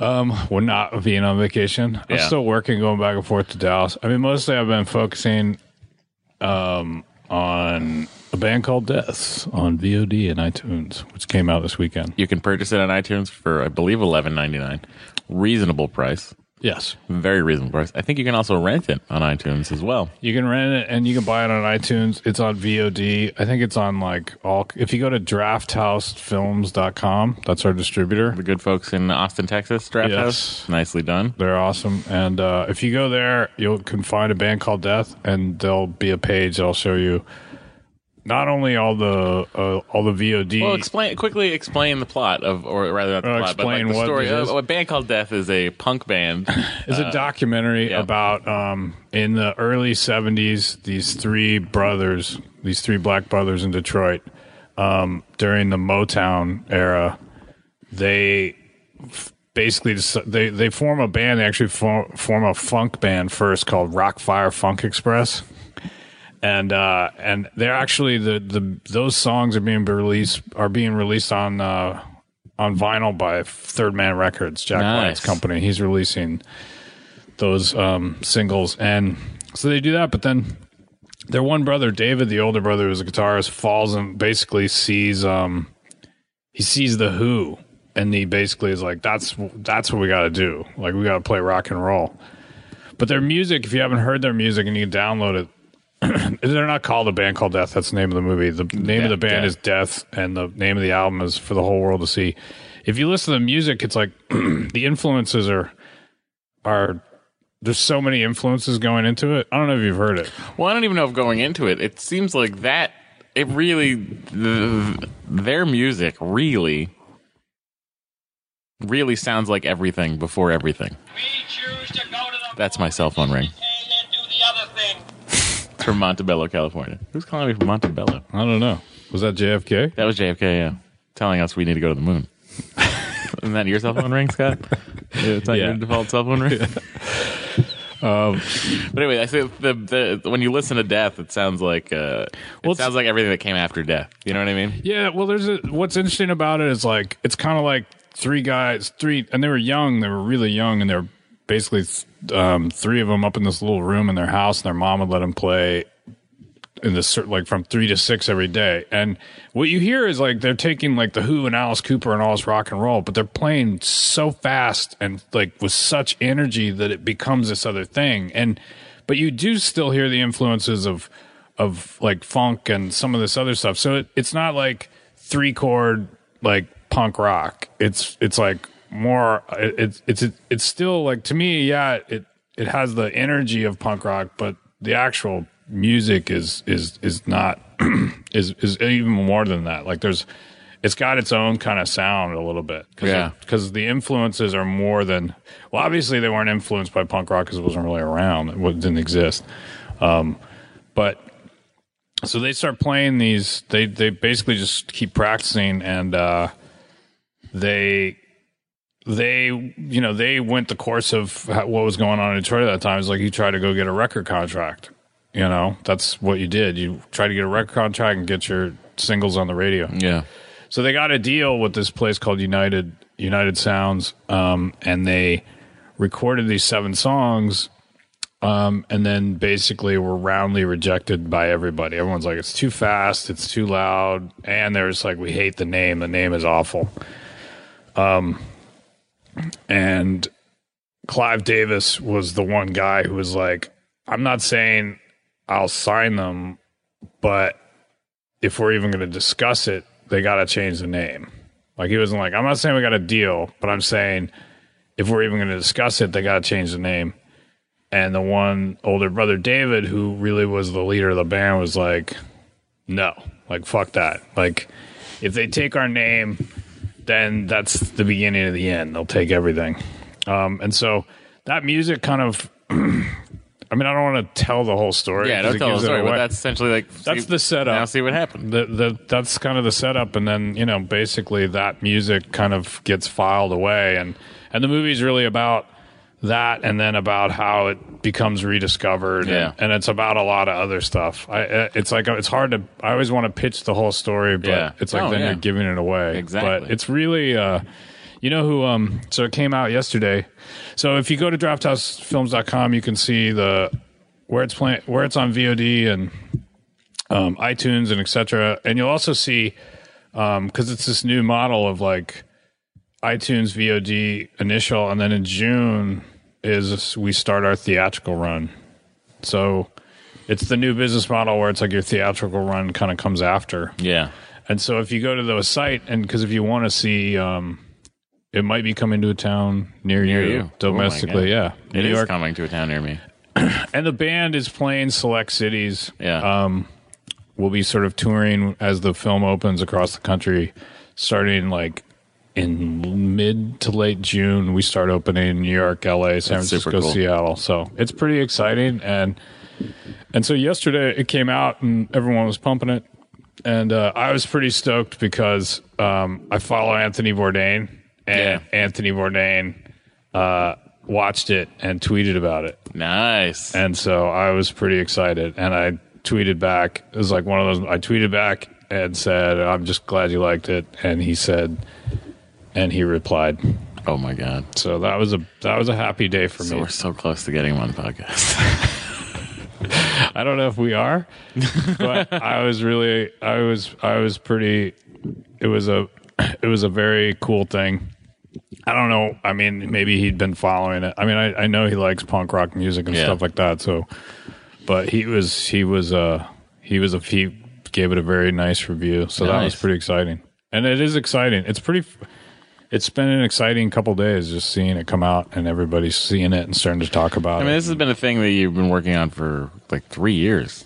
We're not being on vacation. I'm Yeah. still working, going back and forth to Dallas. I mean, mostly I've been focusing um, on a band called Deaths on VOD and iTunes, which came out this weekend. You can purchase it on iTunes for I believe eleven ninety nine, reasonable price, Yes. very reasonable price. I think you can also rent it on iTunes as well. You can rent it and you can buy it on iTunes. It's on VOD. I think it's on like all. If you go to drafthousefilms.com, that's our distributor. The good folks in Austin, Texas, Draft Yes. House, nicely done. They're awesome. And uh, if you go there, you can find a band called Death, and there'll be a page that'll show you not only all the uh, all the VOD. Well, explain quickly. Explain the plot of, or rather not the Uh, plot, explain but like the what story. this is. of a band called Death is a punk band. it's a documentary uh, yeah. about um, in the early '70s, these three brothers, these three black brothers in Detroit, um, during the Motown era, they f- basically just, they they form a band. They actually form, form a funk band first called Rock Fire Funk Express. and uh, and they're actually the, the those songs are being released are being released on uh, on vinyl by Third Man Records, Jack Nice. Black's company. He's releasing those um, singles, and so they do that. But then their one brother, David, the older brother, who's a guitarist, falls and basically sees um, he sees the Who, and he basically is like, "That's that's what we got to do. Like we got to play rock and roll." But their music, if you haven't heard their music and you can download it, they're not called a band called Death. That's the name of the movie. The name of the band Death. is Death, and the name of the album is for the whole world to see. If you listen to the music, it's like the influences are are there's so many influences going into it. I don't know if you've heard it. Well, I don't even know if going into it, it seems like that. It really, th- their music really, really sounds like everything before everything. We choose to go to the That's my cell phone ring. thing and do the other thing. It's from Montebello, California. Who's calling me from Montebello? I don't know. Was that JFK? That was JFK, yeah, telling us we need to go to the moon. Isn't that your cell phone ring, Scott? it's not Yeah. your default cell phone ring. Um, But anyway, I say the, the when you listen to death, it sounds like uh, Well, it sounds like everything that came after death. You know what I mean? Yeah, well, there's a, what's interesting about it is like it's kind of like three guys, three, and they were young. They were really young, and they're basically um, three of them up in this little room in their house, and their mom would let them play in this cer- like from three to six every day. And what you hear is like they're taking like the Who and Alice Cooper and all this rock and roll, but they're playing so fast and like with such energy that it becomes this other thing. And but you do still hear the influences of of like funk and some of this other stuff. So it, it's not like three chord like punk rock. It's it's like more it, it's it's it's still like to me yeah it it has the energy of punk rock but the actual music is is is not is is even more than that like there's it's got its own kind of sound a little bit cause Yeah. because the influences are more than well obviously they weren't influenced by punk rock because it wasn't really around it wa- didn't exist Um, but so they start playing these they they basically just keep practicing and uh they they you know they went the course of ho- what was going on in detroit at that time it's like you try to go get a record contract you know that's what you did you try to get a record contract and get your singles on the radio Yeah. so they got a deal with this place called United United Sounds, um, and they recorded these seven songs, um, and then basically were roundly rejected by everybody. Everyone's like, "It's too fast, it's too loud," and they're just like, "We hate the name. The name is awful." Um, and Clive Davis was the one guy who was like, I'm not saying I'll sign them, but if we're even going to discuss it, they got to change the name. Like he wasn't like, I'm not saying we got a deal, but I'm saying if we're even going to discuss it, they got to change the name. And the one older brother, David, who really was the leader of the band, was like, no, like, fuck that. Like, if they take our name, then that's the beginning of the end. They'll take everything. Um, and so that music kind of, I mean, I don't want to tell the whole story. Yeah, 'cause don't it tell the gives it story, but away. that's essentially like That's the setup. Now see what happened. the, the, that's kind of the setup. And then, you know, basically that music kind of gets filed away. And, and the movie's really about that and then about how it becomes rediscovered. Yeah. And, and it's about a lot of other stuff. I, uh, it's like, it's hard to, I always want to pitch the whole story, but Yeah. it's like Oh, then yeah. you're giving it away. Exactly. But it's really, uh, you know who, um, so it came out yesterday. So if you go to drafthousefilms.com, you can see the, where it's playing, where it's on VOD and um, iTunes and etc. And you'll also see because it's this new model of like iTunes VOD initial, and then in June is we start our theatrical run. So it's the new business model where it's like your theatrical run kind of comes after. Yeah. And so if you go to the site, and because if you want to see, um, it might be coming to a town near, you, you. Oh my domestically. yeah, God. It is New York, coming to a town near me. and the band is playing select cities Yeah. Um, we'll be sort of touring as the film opens across the country starting like in mid to late June we start opening in New York, LA, San That's super Francisco, cool. Seattle. So it's pretty exciting and and so yesterday it came out and everyone was pumping it and uh, I was pretty stoked because um, I follow Anthony Bourdain and Yeah. Anthony Bourdain uh, watched it and tweeted about it. nice. And so I was pretty excited and I tweeted back. It was like one of those I tweeted back and said, I'm just glad you liked it and he said and he replied. oh my god. So that was a that was a happy day for So me. we're so close to getting one podcast. I don't know if we are, but I was really I was I was pretty it was a it was a very cool thing. I don't know. I mean, maybe he'd been following it. I mean, I, I know he likes punk rock music and Yeah. stuff like that. So, but he was he was uh he was a he gave it a very nice review. So that was Nice. pretty exciting. And it is exciting. It's pretty. f- It's been an exciting couple days just seeing it come out and everybody seeing it and starting to talk about I mean, it. this has been a thing that you've been working on for like three years.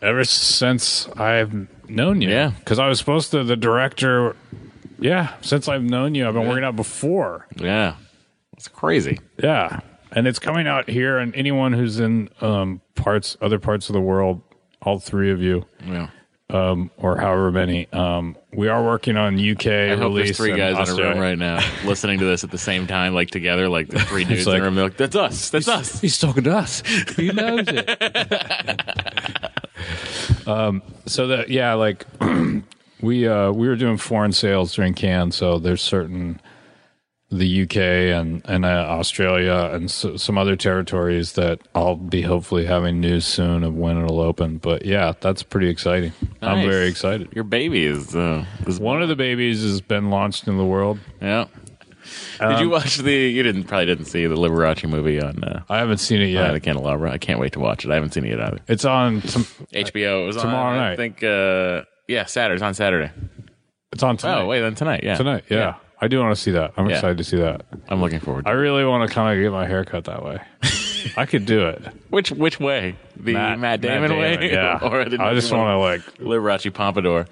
ever since I've known you. Yeah. Because I was supposed to, the director. Yeah. Since I've known you, I've been working out before. Yeah. It's crazy. Yeah. And it's coming out here, and anyone who's in um, parts, other parts of the world, all three of you, Yeah. um, or however many. Um, we are working on UK I hope release. there's three and guys in a Australia. room right now listening to this at the same time, like together, like the three dudes in like- a room. They're like, that's us. That's us. He's talking to us. He knows it. um, so that yeah, like we uh, we were doing foreign sales during Cannes, so there's certain the UK and and uh, Australia and so, some other territories that I'll be hopefully having news soon of when it'll open. But yeah, that's pretty exciting. I'm Nice. very excited. Your baby is, uh, is One of the babies has been launched in the world. Yeah. Did Um, you watch the? You didn't probably didn't see the Liberace movie on uh, I haven't seen it yeah. yet. the candelabra. I can't wait to watch it. I haven't seen it yet either. It's on. Some, HBO. It was Tomorrow on, night. I think. Uh, yeah, Saturday. It's on Saturday. it's on tonight. Oh wait, then tonight. Yeah, tonight. Yeah. I do want to see that. I'm Yeah. excited to see that. I'm looking forward. I to it. really want to kind of get my hair cut that way. I could do it. Which which way? The Matt, Damon, way? Yeah. or the I just want to like. Liberace pompadour.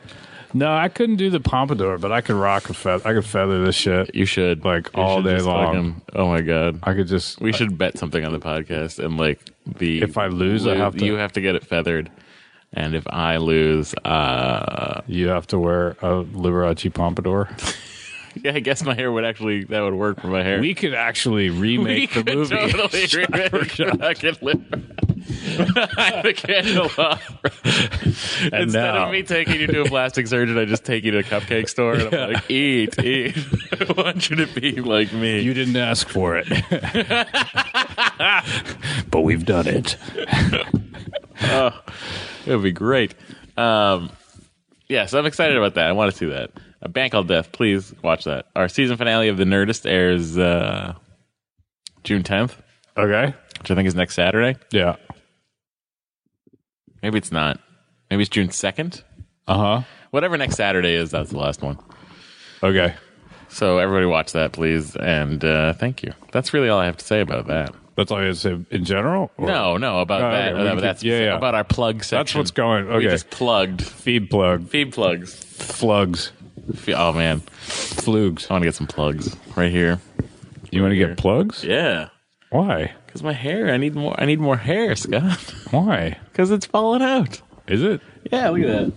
No, I couldn't do the pompadour, but I could rock a feather. I could feather this shit. You should Like, you all should day just long. fucking- oh my god. I could just. We should bet something on the podcast and like the If I lose, I have to- you have to get it feathered. And if I lose, uh You have to wear a Liberace pompadour. yeah, I guess my hair would actually that would work for my hair. We could actually remake the could movie. Totally remake fucking Liberace. the candelabra. Instead now- of me taking you to a plastic surgeon, I just take you to a cupcake store and I'm like, eat, eat. I want you to be like me. You didn't ask for it, but we've done it. It would be great. Um, yeah, so I'm excited about that. I want to see that. A Bank All Death, please watch that. Our season finale of The Nerdist airs uh, June 10th, Okay. which I think is next Saturday. Yeah. Maybe it's not. Maybe it's June 2nd. Uh huh. Whatever next Saturday is, that's the last one. Okay. So everybody watch that, please, and uh, thank you. That's really all I have to say about that. That's all you have to say in general. Or- No, no, about Oh, that. okay, we no, can- that's yeah, yeah. about our plug section. That's what's going. Okay. We just plugged Feed plug. feed plugs. Flugs. Fe- Oh man, Flugs. I want to get some plugs right here. You want to get plugs? Yeah. Why? Cause my hair, I need more. I need more hair, Scott. Why? Cause it's falling out. Is it? Yeah, look at that.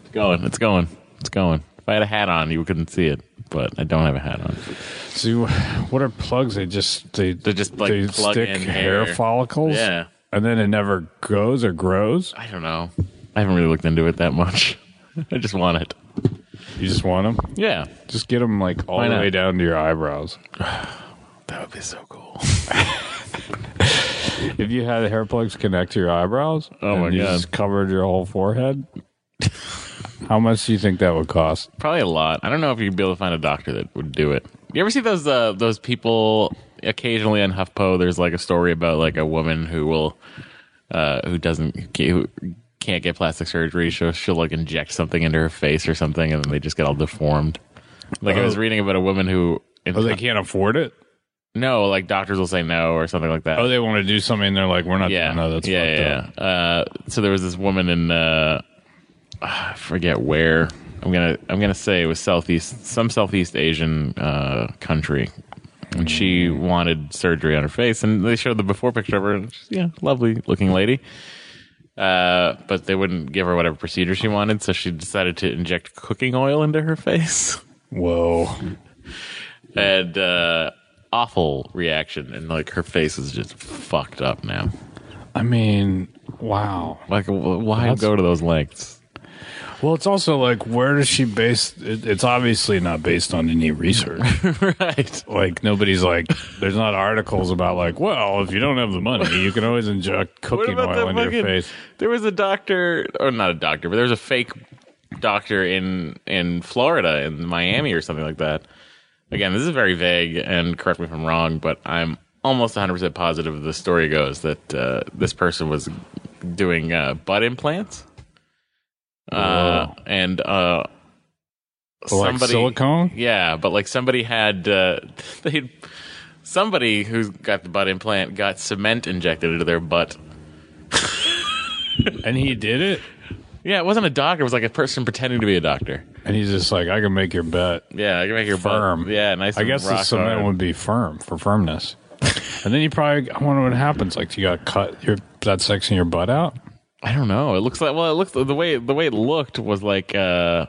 It's going. It's going. It's going. If I had a hat on, you couldn't see it. But I don't have a hat on. See, what are plugs? They just they They're just, like, they plug stick in hair. hair. follicles. Yeah. and then it never goes or grows. I don't know. I haven't really looked into it that much. I just want it. You just want them. Yeah. Just get them like all Why the not? way down to your eyebrows. That would be so cool. If you had hair plugs connect to your eyebrows, Oh and my you God. just covered your whole forehead. How much do you think that would cost? Probably a lot. I don't know if you'd be able to find a doctor that would do it. You ever see those uh, those people occasionally on HuffPo? There's like a story about like a woman who will uh, who doesn't who can't get plastic surgery, so she'll like inject something into her face or something, and then they just get all deformed. Like I was Oh. reading about a woman who Oh, they can't afford it. no, like doctors will say no or something like that. Oh, they want to do something. They're like, we're not. yeah, no, that's yeah, fucked up. yeah. yeah. Uh, so there was this woman in uh, ah, I forget where. I'm gonna I'm gonna say it was southeast some southeast Asian uh, country, and she Mm. wanted surgery on her face, and they showed the before picture of her, and she's yeah, lovely looking lady. Uh, but they wouldn't give her whatever procedure she wanted, so she decided to inject cooking oil into her face Whoa. and uh, awful reaction, and like her face is just fucked up now. I mean, wow. Like, w- why go to those lengths? Well, it's also like, where does she base? It, it's obviously not based on any research. right. like nobody's like, there's not articles about like, well, if you don't have the money, you can always inject What cooking about oil that into fucking? your face. There was a doctor, or not a doctor, but there was a fake doctor in in Florida, in Miami, or something like that. Again, this is very vague, and correct me if I'm wrong, but I'm almost 100 percent positive the story goes that uh, this person was doing uh, butt implants, uh, and uh, Like silicone. Yeah, but like somebody had uh, they somebody who's got the butt implant got cement injected into their butt. And he did it. Yeah, it wasn't a doctor. It was like a person pretending to be a doctor. And he's just like, I can make your bet Yeah, I can make your butt- firm. Yeah, nice. I and guess the rock cement hard. would be firm for firmness. and then you probably, I wonder what happens. Like, do you got to cut your that section of your butt out? I don't know. It looks like well, it looks the way the way it looked was like uh,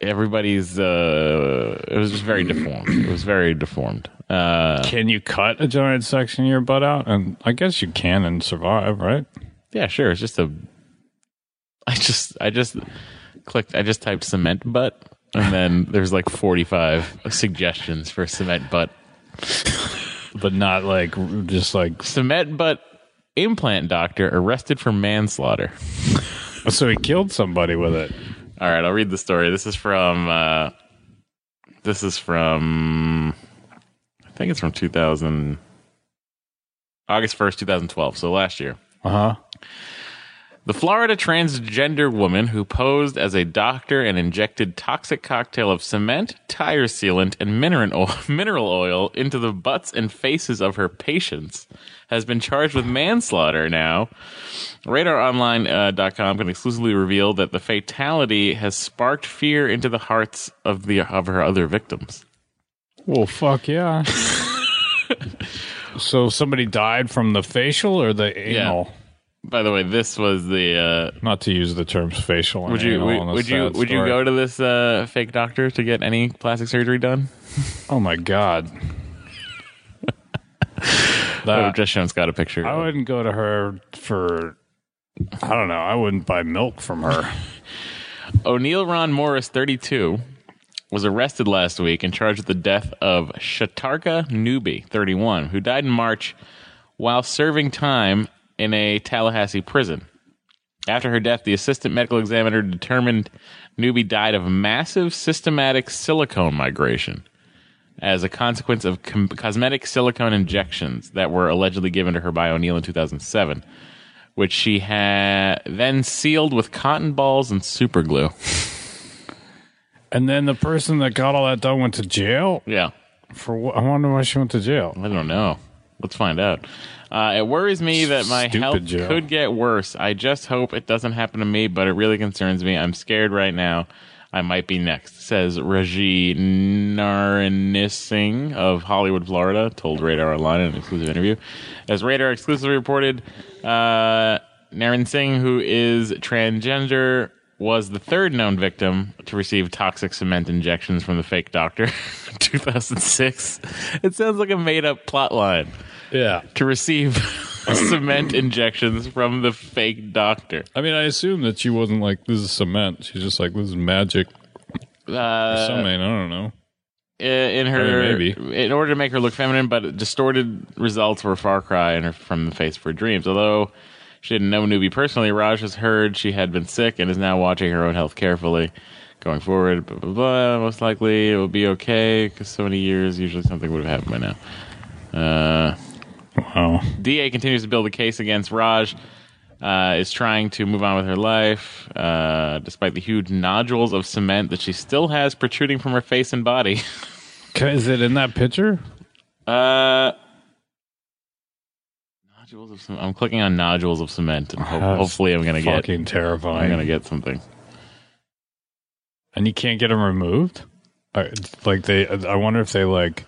everybody's. Uh, it was just very deformed. It was very deformed. Uh, Can you cut a giant section of your butt out? And I guess you can and survive, right? yeah, sure. It's just a. I just I just clicked. I just typed cement butt, and then there's like 45 suggestions for cement butt. But not like r- just like Cement butt implant doctor arrested for manslaughter. so he killed somebody with it. All right, I'll read the story. This is from uh, this is from I think it's from 2000 August 1st, 2012, so last year. Uh huh. The Florida transgender woman who posed as a doctor and injected toxic cocktail of cement, tire sealant, and mineral oil, mineral oil into the butts and faces of her patients has been charged with manslaughter now. RadarOnline.com can exclusively reveal that the fatality has sparked fear into the hearts of, the, of her other victims. Well, fuck yeah. so somebody died from the facial or the anal? By the way, this was the. Uh, Not to use the terms facial. And would you anal in would, a would you sad would you story. go to this uh, fake doctor to get any plastic surgery done? Oh my god. I would that, have Oh, just shown Scott a picture. Uh, I wouldn't go to her for. I don't know. I wouldn't buy milk from her. O'Neill Ron Morris, 32, was arrested last week and charged with the death of Shatarka Newby, 31, who died in March while serving time in a Tallahassee prison. After her death, the assistant medical examiner determined Newby died of massive systematic silicone migration as a consequence of com- cosmetic silicone injections that were allegedly given to her by O'Neill in 2007, which she had then sealed with cotton balls and super glue. And then the person that got all that done went to jail Yeah. for. What? I wonder why she went to jail. I don't know. Let's find out. Uh, it worries me that my Stupid health Joe. could get worse. I just hope it doesn't happen to me, but it really concerns me. I'm scared right now. I might be next, says Raji Naranissing of Hollywood, Florida, told Radar Online in an exclusive interview. As Radar exclusively reported, uh, Naran Singh, who is transgender, was the third known victim to receive toxic cement injections from the fake doctor 2006. It sounds like a made up plot line Yeah. to receive cement injections from the fake doctor. I mean, I assume that she wasn't like this is cement. She's just like this is magic. Uh, Some I don't know. i- uh, in her, I mean, in order to make her look feminine, but distorted results were a far cry in her, from the face of her dreams. Although she didn't know newbie personally, Raj has heard she had been sick and is now watching her own health carefully. Going forward, blah, blah, blah, most likely it will be okay because so many years, usually something would have happened by now. Wow. DA continues to build a case against Raj. Uh, is trying to move on with her life, uh, despite the huge nodules of cement that she still has protruding from her face and body. Okay, Is it in that picture? Uh, nodules of cement. I'm clicking on nodules of cement, and ho- That's hopefully, I'm gonna get. Ah, Fucking I'm terrifying. gonna get something. and you can't get them removed. I- Like they, I wonder if they like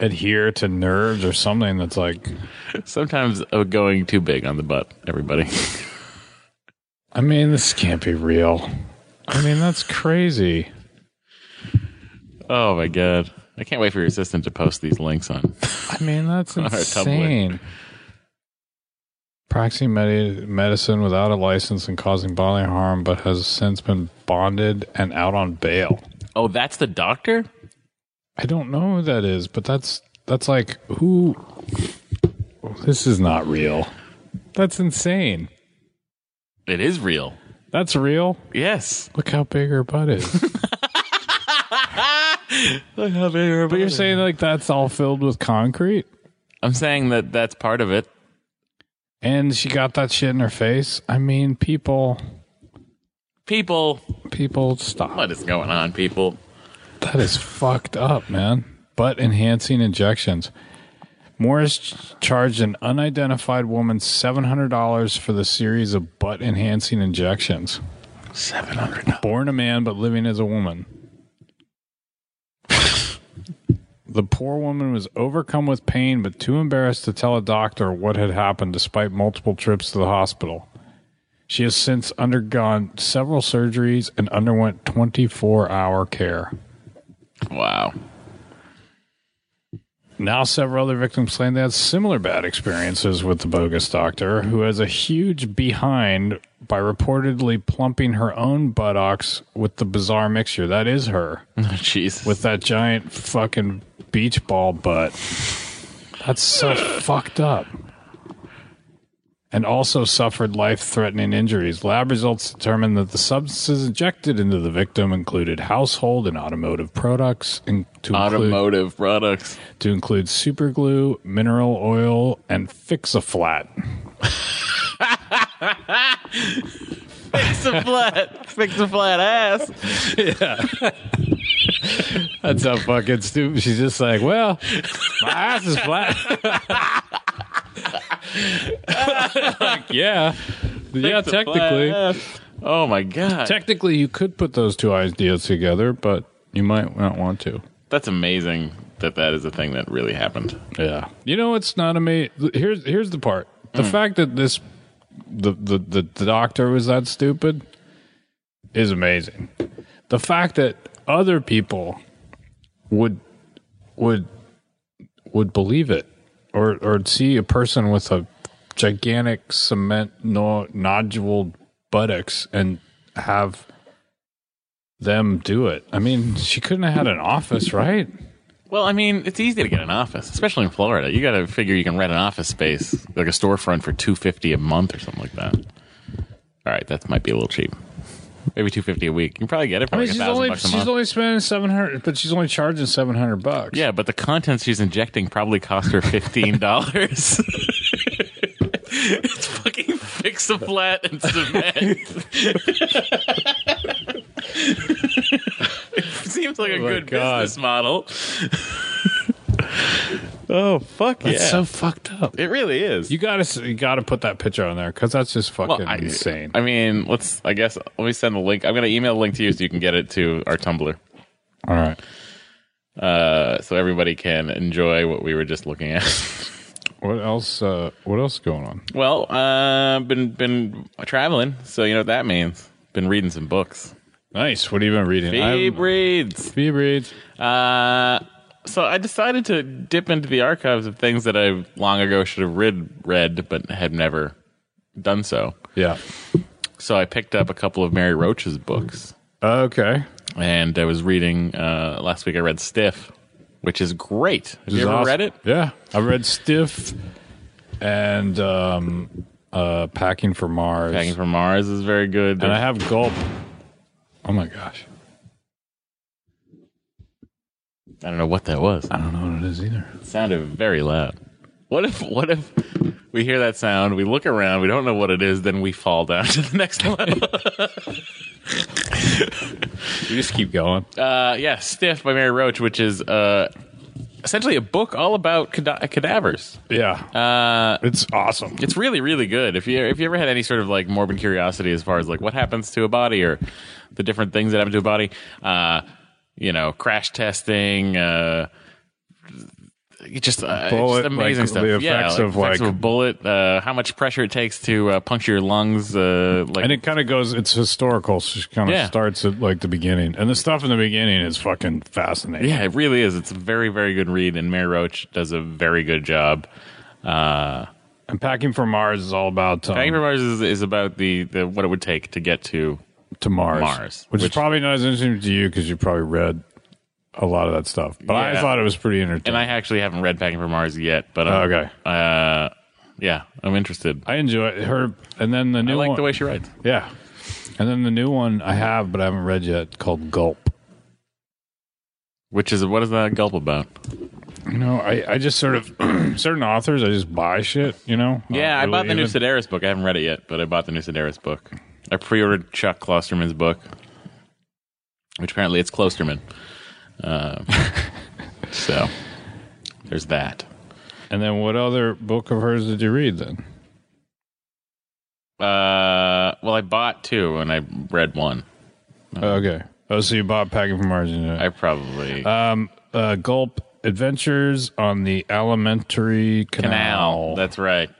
adhere to nerves or something. That's like, Sometimes uh, going too big on the butt. Everybody. I mean, this can't be real. I mean, that's crazy. oh my god! I can't wait for your assistant to post these links on. I mean, that's Tumblr. insane. Practicing medi- medicine without a license and causing bodily harm, but has since been bonded and out on bail. Oh, that's the doctor. I don't know who that is, but that's that's like who. This is not real. That's insane. It is real. That's real. Yes. Look how big her butt is. but you're saying like that's all filled with concrete, I'm saying that that's part of it. and she got that shit in her face. I mean, people, People, people, stop. what is going on, people? That is fucked up, man. Butt enhancing injections. Morris ch- charged an unidentified woman $700 for the series of butt enhancing injections. Seven hundred. Born a man but living as a woman. the poor woman was overcome with pain but too embarrassed to tell a doctor what had happened despite multiple trips to the hospital. She has since undergone several surgeries and underwent 24 hour care. Wow. Now, several other victims claim they had similar bad experiences with the bogus doctor, who has a huge behind by reportedly plumping her own buttocks with the bizarre mixture. That is her Jeez. with that giant fucking beach ball butt. That's so fucked up. And also suffered life threatening injuries. Lab results determined that the substances injected into the victim included household and automotive products, in- to, include, automotive products. to include super glue, mineral oil, and fix a flat. Fix a flat. Fix a flat ass. That's how fucking stupid. She's just like, well, my ass is flat. like, yeah. yeah, Fix a flat technically. ass. Oh my god. Technically, you could put those two ideas together, but you might not want to. That's amazing that that is a thing that really happened. Yeah. You know, it's not amazing. Here's here's the part: the fact that this the, the the the doctor was that stupid is amazing. The fact that other people would would would believe it or or see a person with a gigantic cement no, nodule buttocks and have them do it. I mean, she couldn't have had an office, right? Well, I mean, it's easy to get an office, especially in Florida. You got to figure you can rent an office space, like a storefront, for two fifty a month or something like that. All right, that might be a little cheap. Maybe two fifty a week. You can probably get it for I mean, like a she's thousand only bucks a she's month. only spending seven hundred, but she's only charging seven hundred bucks. yeah, but the content she's injecting probably cost her fifteen dollars. it's fucking fix a flat and cement. It Seems like a my good God. business model. oh fuck it's so fucked up. it really is. You gotta s- you gotta put that picture on there because that's just fucking I, insane. I mean, let's. I guess let me send the link. I'm gonna email the link to you so you can get it to our Tumblr, All right, uh, so everybody can enjoy what we were just looking at. what else? Uh, what else is going on? well, uh, been been traveling, so you know what that means. Been reading some books. Nice. What have you been reading? Babe I'm- reads. Phoebe reads. Uh, so I decided to dip into the archives of things that I long ago should have read, read but had never done so. Yeah. So I picked up a couple of Mary Roach's books. Okay. and I was reading uh, last week. I read Stiff, which is great. Have you ever read it? Yeah, I read Stiff and um, uh, Packing for Mars, Packing from Mars is very good. and I have Gulp. Oh my gosh, I don't know what that was. I don't know what it is either. It sounded very loud. What if? What if we hear that sound? We look around. We don't know what it is. Then we fall down to the next level. You just keep going. uh, yeah, Stiff by Mary Roach, which is uh, essentially a book all about cada- cadavers. Yeah, Uh, it's awesome. it's really really good if you if you ever had any sort of like morbid curiosity as far as like what happens to a body or the different things that happen to a body uh you know crash testing uh just, uh, Bullet, just amazing like, stuff. the yeah, effects of, like- effects of a bullet, uh, how much pressure it takes to uh, puncture your lungs. Uh, like And it kind of goes, it's historical. So it kind of Yeah. starts at like the beginning. And the stuff in the beginning is fucking fascinating. Yeah, it really is. It's a very very good read, and Mary Roach does a very good job. Uh, And Packing for Mars is all about um, Packing for Mars is, is about the, the what it would take to get to to Mars. Mars, Which, which- is probably not as interesting to you because you probably read a lot of that stuff. But I Yeah. thought it was pretty and entertaining. I actually haven't read Packing for Mars yet, but um, Oh, okay. uh, yeah, I'm interested. I enjoy it. her. And then the new I like one. the way she writes. yeah. And then the new one I have, but I haven't read yet called Gulp. Which is what is that gulp about? You know, I, I just sort of, certain authors, I just buy shit, you know? Yeah, Uh, I bought the really new even- Sedaris book. I haven't read it yet, but I bought the new Sedaris book. I pre-ordered Chuck Klosterman's book, which apparently it's Klosterman. Um so there's that. And then what other book of hers did you read then? Uh, well, I bought two and I read one. Okay. Oh, so you bought Packing for Mars. and you- I probably Um, uh, Gulp Adventures on the Alimentary Canal. Canal. That's right.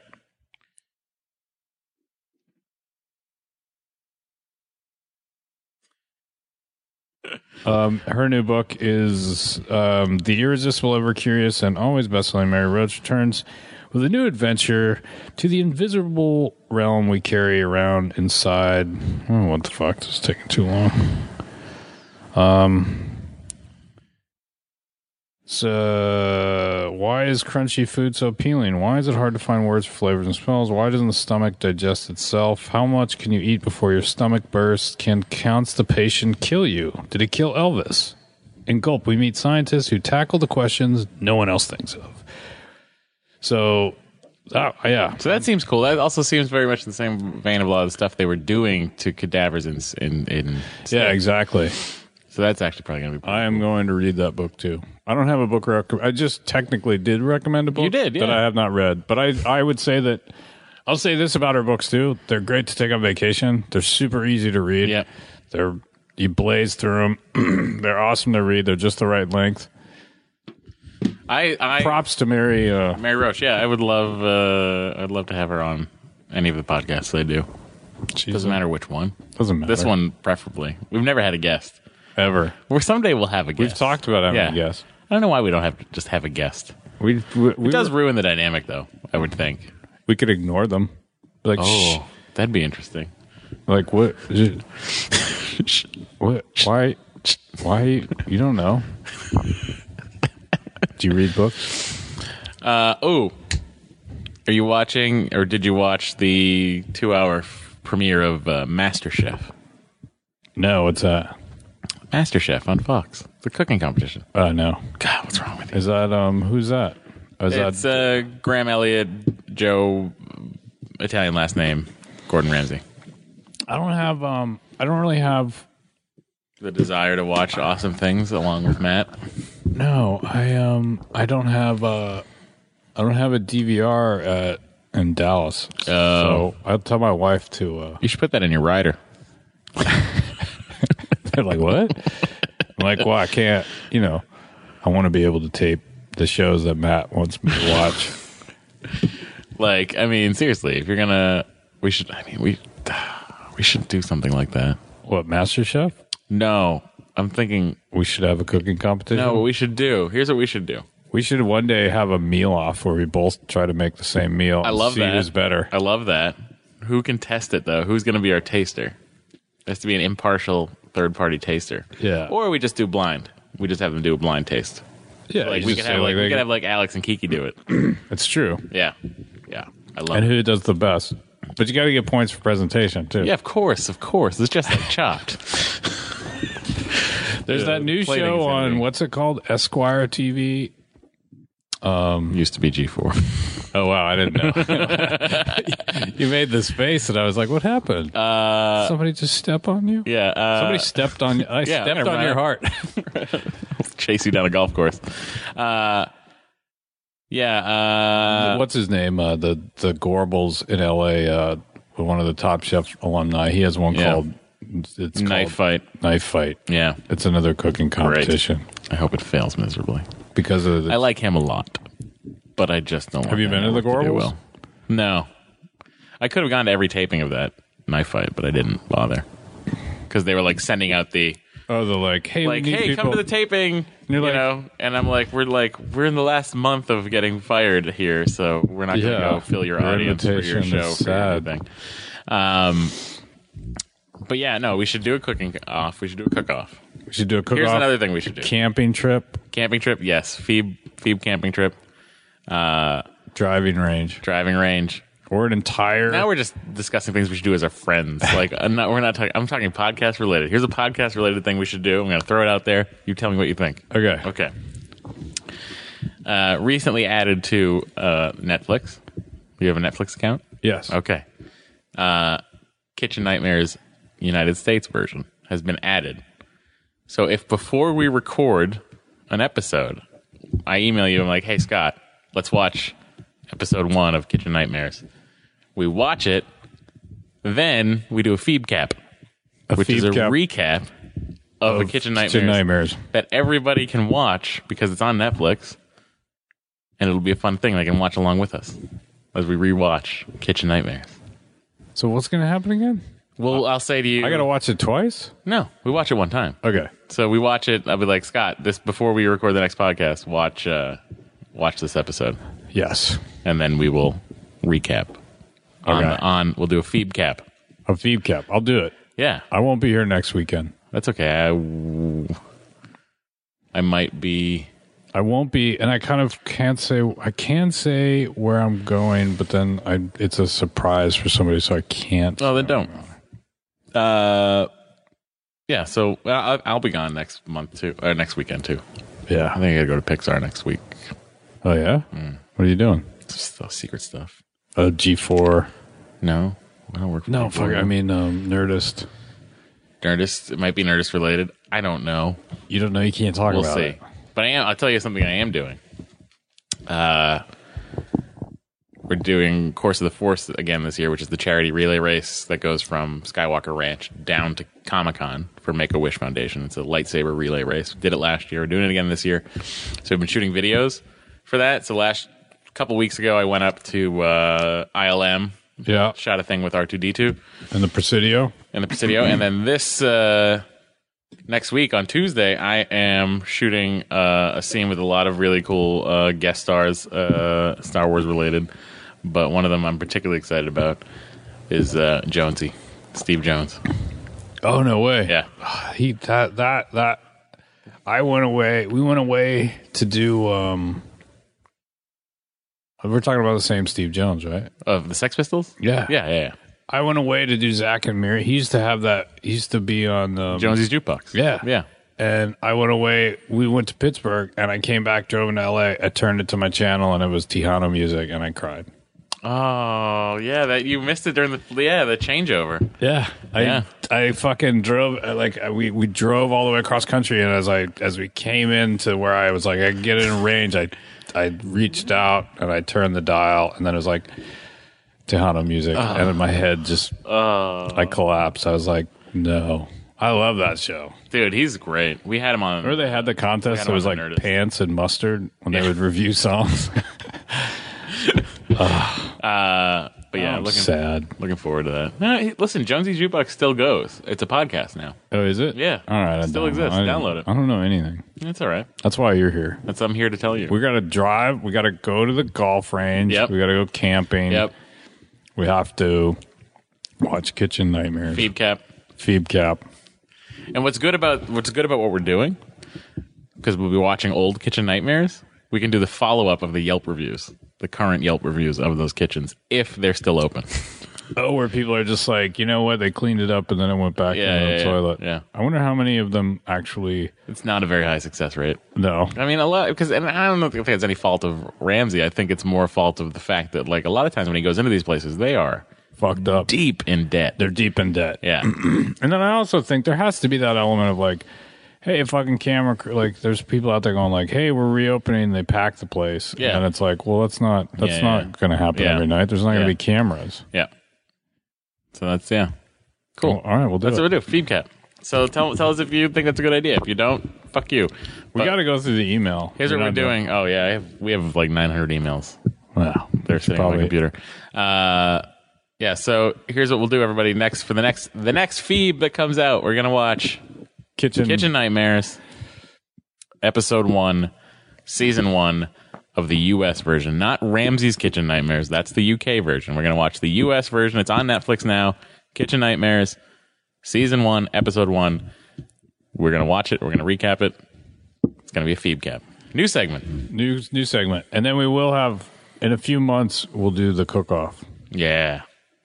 Um, her new book is um, The Irresistible Ever Curious and Always Bestselling Mary Roach returns with a new adventure to the invisible realm we carry around inside. Oh, what the fuck? This is taking too long. Um, so, why is crunchy food so appealing? Why is it hard to find words for flavors and smells? Why doesn't the stomach digest itself? How much can you eat before your stomach bursts? Can constipation kill you? Did it kill Elvis? In Gulp, we meet scientists who tackle the questions no one else thinks of. So, oh, yeah. So that seems cool. That also seems very much in the same vein of a lot of the stuff they were doing to cadavers in in, in Yeah, exactly. So that's actually probably gonna be. I am going to read that book too. I don't have a book rec- I just technically did recommend a book You did, that yeah. I have not read. But I I would say that I'll say this about her books too. They're great to take on vacation. They're super easy to read. Yep. They're you blaze through them. They're awesome to read. They're just the right length. I I Props to Mary uh, Mary Roach. Yeah, I would love. Uh, I'd love to have her on any of the podcasts they do. she's- Doesn't matter which one. Doesn't matter. This one preferably. We've never had a guest. ever. Well, someday we'll have a guest. We've talked about it, Yeah. I guess. I don't know why we don't have to just have a guest. We we, we, It does were- ruin the dynamic, though. I would think. we could ignore them. Like shh, Oh, that'd be interesting. like what What? Why? Why? You don't know? Do you read books? Uh, oh, are you watching or did you watch the two-hour premiere of uh, MasterChef? No, it's uh MasterChef on Fox. It's a cooking competition. uh no. God, what's wrong with you? Is that um who's that? Is It's that uh, Graham Elliott, Joe, Italian last name, Gordon Ramsay. I don't have um I don't really have The desire to watch awesome things along with Matt. no, I um I don't have uh I don't have a DVR at in Dallas. Oh. so I'll tell my wife to uh You should put that in your rider. They're like, what? I'm like, well, I can't, you know, I want to be able to tape the shows that Matt wants me to watch. Like, I mean, seriously, if you're gonna, we should. I mean, we we should do something like that. what, MasterChef? No, I'm thinking. We should have a cooking competition. No, what we should do. Here's what we should do. We should one day have a meal off where we both try to make the same meal. I and love see that. Who's better? I love that. Who can test it though? Who's going to be our taster? It has to be an impartial third party taster. Yeah. Or we just do blind. We just have them do a blind taste. Yeah, Like you we just could say, have like, we they- could have like Alex and Kiki do it. it's true. Yeah. Yeah. I love And it. who does the best? But you got to get points for presentation too. Yeah, of course, of course. It's just like chopped. there's Yeah, that new plating's show on everything. what's it called? Esquire TV. Used to be G four. Oh wow, I didn't know. you made this face, and I was like, "What happened? Uh, Somebody just step on you? Yeah. Uh, Somebody stepped on you. I stepped on right. your heart. chase you down a golf course. Uh yeah, uh, What's his name? Uh, the the Gorbals in L.A. Uh, one of the Top Chef alumni. He has one Yeah. called it's knife called fight. Knife Fight. Yeah, It's another cooking competition I hope it fails miserably. because of the, I like him a lot, but I just don't. Have you been to the Gorbals? Well, no. I could have gone to every taping of that knife fight, but I didn't bother because they were like sending out the oh the like hey like, we need "Hey, people. come to the taping," you're you like- know. And I'm like, "We're like, we're in the last month of getting fired here, so we're not going to Yeah. go fill your Your audience for your invitation show is for your sad. thing." Um, but yeah, no, we should do a cooking off. We should do a cook off. we should do a cook Here's off another thing we should do: camping trip camping trip. Yes, Phoebe, Phoebe camping trip. driving range driving range. or an entire Now we're just discussing things we should do as our friends. Like I'm not, we're not talking. I'm talking podcast related. Here's a podcast related thing we should do. I'm going to throw it out there. You tell me what you think. okay Okay. Uh, recently added to uh, Netflix. You have a Netflix account? yes Okay. Uh, Kitchen Nightmares United States version has been added. So if before we record an episode, I email you, I'm like, hey, Scott, let's watch episode one of Kitchen Nightmares. We watch it, then we do a feed cap, which is a feedcap recap of, a of Kitchen Nightmares Kitchen nightmares. that everybody can watch because it's on Netflix, and it'll be a fun thing. They can watch along with us as we rewatch Kitchen Nightmares. So what's going to happen again? Well, I'll say to you. Uh, I got to watch it twice. no, we watch it one time. Okay. So we watch it. I'll be like Scott. This before we record the next podcast. Watch, uh, watch this episode, Yes. and then we will recap. On, Okay. on we'll do a feed cap. A feed cap. I'll do it. Yeah, I won't be here next weekend. that's okay. I, w- I might be. I won't be, and I kind of can't say. I can say where I'm going, but then I it's a surprise for somebody, so I can't. Oh, then don't. Uh, yeah. So I- I'll, I'll be gone next month too, or next weekend too. I yeah. think I gotta go to Pixar next week. Oh yeah. What are you doing? Just the secret stuff. Uh, G4. No, I don't work. For No, Google. fuck. I mean, um, Nerdist. Nerdist. It might be Nerdist related. I don't know. You don't know. You can't talk We'll about see. it. But I am. I'll tell you something. I am doing. Uh, we're doing Course of the Force again this year, which is the charity relay race that goes from Skywalker Ranch down to Comic Con for Make a Wish Foundation. It's a lightsaber relay race. We did it last year. We're doing it again this year. So we've been shooting videos for that. So last couple weeks ago, I went up to uh, ILM, Yeah. shot a thing with R two D two And the Presidio. in the Presidio. and then this uh, next week on Tuesday, I am shooting uh, a scene with a lot of really cool uh, guest stars, uh, Star Wars related. But one of them I'm particularly excited about is uh, Jonesy, Steve Jones. Oh no way. Yeah, He that that that. I went away. We went away to do. um We're talking about the same Steve Jones, right? of the Sex Pistols. Yeah. Yeah, yeah, yeah. I went away to do Zach and Miri. He used to have that. He used to be on um, Jonesy's jukebox. Yeah. yeah. And I went away. We went to Pittsburgh, and I came back, drove into L.A. I turned it to my channel, and it was Tejano music, and I cried. Oh, yeah. That you missed it during the yeah the changeover. Yeah, I Yeah. I fucking drove uh, like uh, we we drove all the way across country, and as I as we came into where I was like I could get in range, I I reached out and I turned the dial, and then it was like Tejano music, and in my head just I collapsed. I was like, no, I love that show. Dude, he's great. We had him on. Remember they had the contest Forgot that was about like the Nerdist. pants and mustard when they would review songs. Uh, but yeah, I'm looking sad. Looking forward to that. No, he- listen, Jonesy's Jukebox still goes. It's a podcast now. Oh, is it? Yeah. All right. I Still don't exists. know. I- Download it. I don't know anything. That's all right. That's why you're here. That's I'm here to tell you. We got to drive. We got to go to the golf range. Yep. We got to go camping. yep. We have to watch Kitchen Nightmares. Feed cap. Phoebe Cap. And what's good about what's good about what we're doing? Because we'll be watching old kitchen nightmares. We can do the follow up of the Yelp reviews, the current Yelp reviews of those kitchens, if they're still open. Oh, where people are just like, you know what? They cleaned it up and then it went back Yeah, in the yeah, yeah. toilet. Yeah. I wonder how many of them actually. it's not a very high success rate. No. I mean, a lot because, and I don't know if it's any fault of Ramsey. I think it's more fault of the fact that, like, a lot of times when he goes into these places, they are Fucked up. deep in debt. They're deep in debt. yeah. And then I also think there has to be that element of like, hey, fucking camera, crew- like there's people out there going like, hey, we're reopening. They pack the place, Yeah. and it's like, well, that's not that's Yeah, not yeah. going to happen Yeah. every night. There's not going Yeah. to be cameras. Yeah. So that's yeah. Cool. all right, we'll do That's it. what we do. Feed cap. So tell tell us if you think that's a good idea. If you don't, fuck you. we got to go through the email. Here's what We're we're not doing. Oh yeah, I have, we have like 900 emails. Well, They're sitting on probably- my computer. Uh, yeah. So here's what we'll do, everybody. Next for the next the next feed that comes out, we're gonna watch kitchen. Kitchen Nightmares, episode one, season one of the U.S. version, not Ramsey's Kitchen Nightmares. That's the U.K. version. We're gonna watch the U.S. version. It's on Netflix now. Kitchen Nightmares, season one, episode one. We're gonna watch it. We're gonna recap it. It's gonna be a feed cap. New segment. new new segment, and then we will have in a few months. We'll do the cook off. Yeah.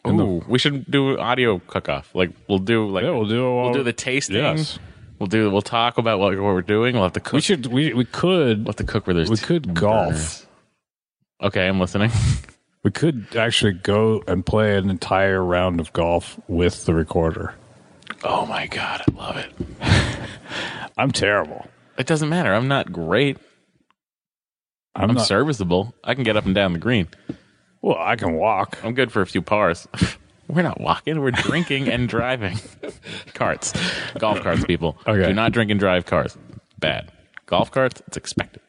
Ooh, we should do audio cook off. Like we'll do like Yeah, we'll do it. we'll do the tasting. Yes. We'll do. We'll talk about what, what we're doing. We'll have to cook. We should. We we could. We'll have to cook where there's We two could golf. burners. Okay, I'm listening. We could actually go and play an entire round of golf with the recorder. Oh my god, I love it. I'm terrible. It doesn't matter. I'm not great. I'm, I'm not, serviceable. I can get up and down the green. Well, I can walk. I'm good for a few pars. We're not walking. We're drinking and driving. carts, golf carts, people. Okay. Do not drink and drive cars. Bad. Golf carts. It's expected.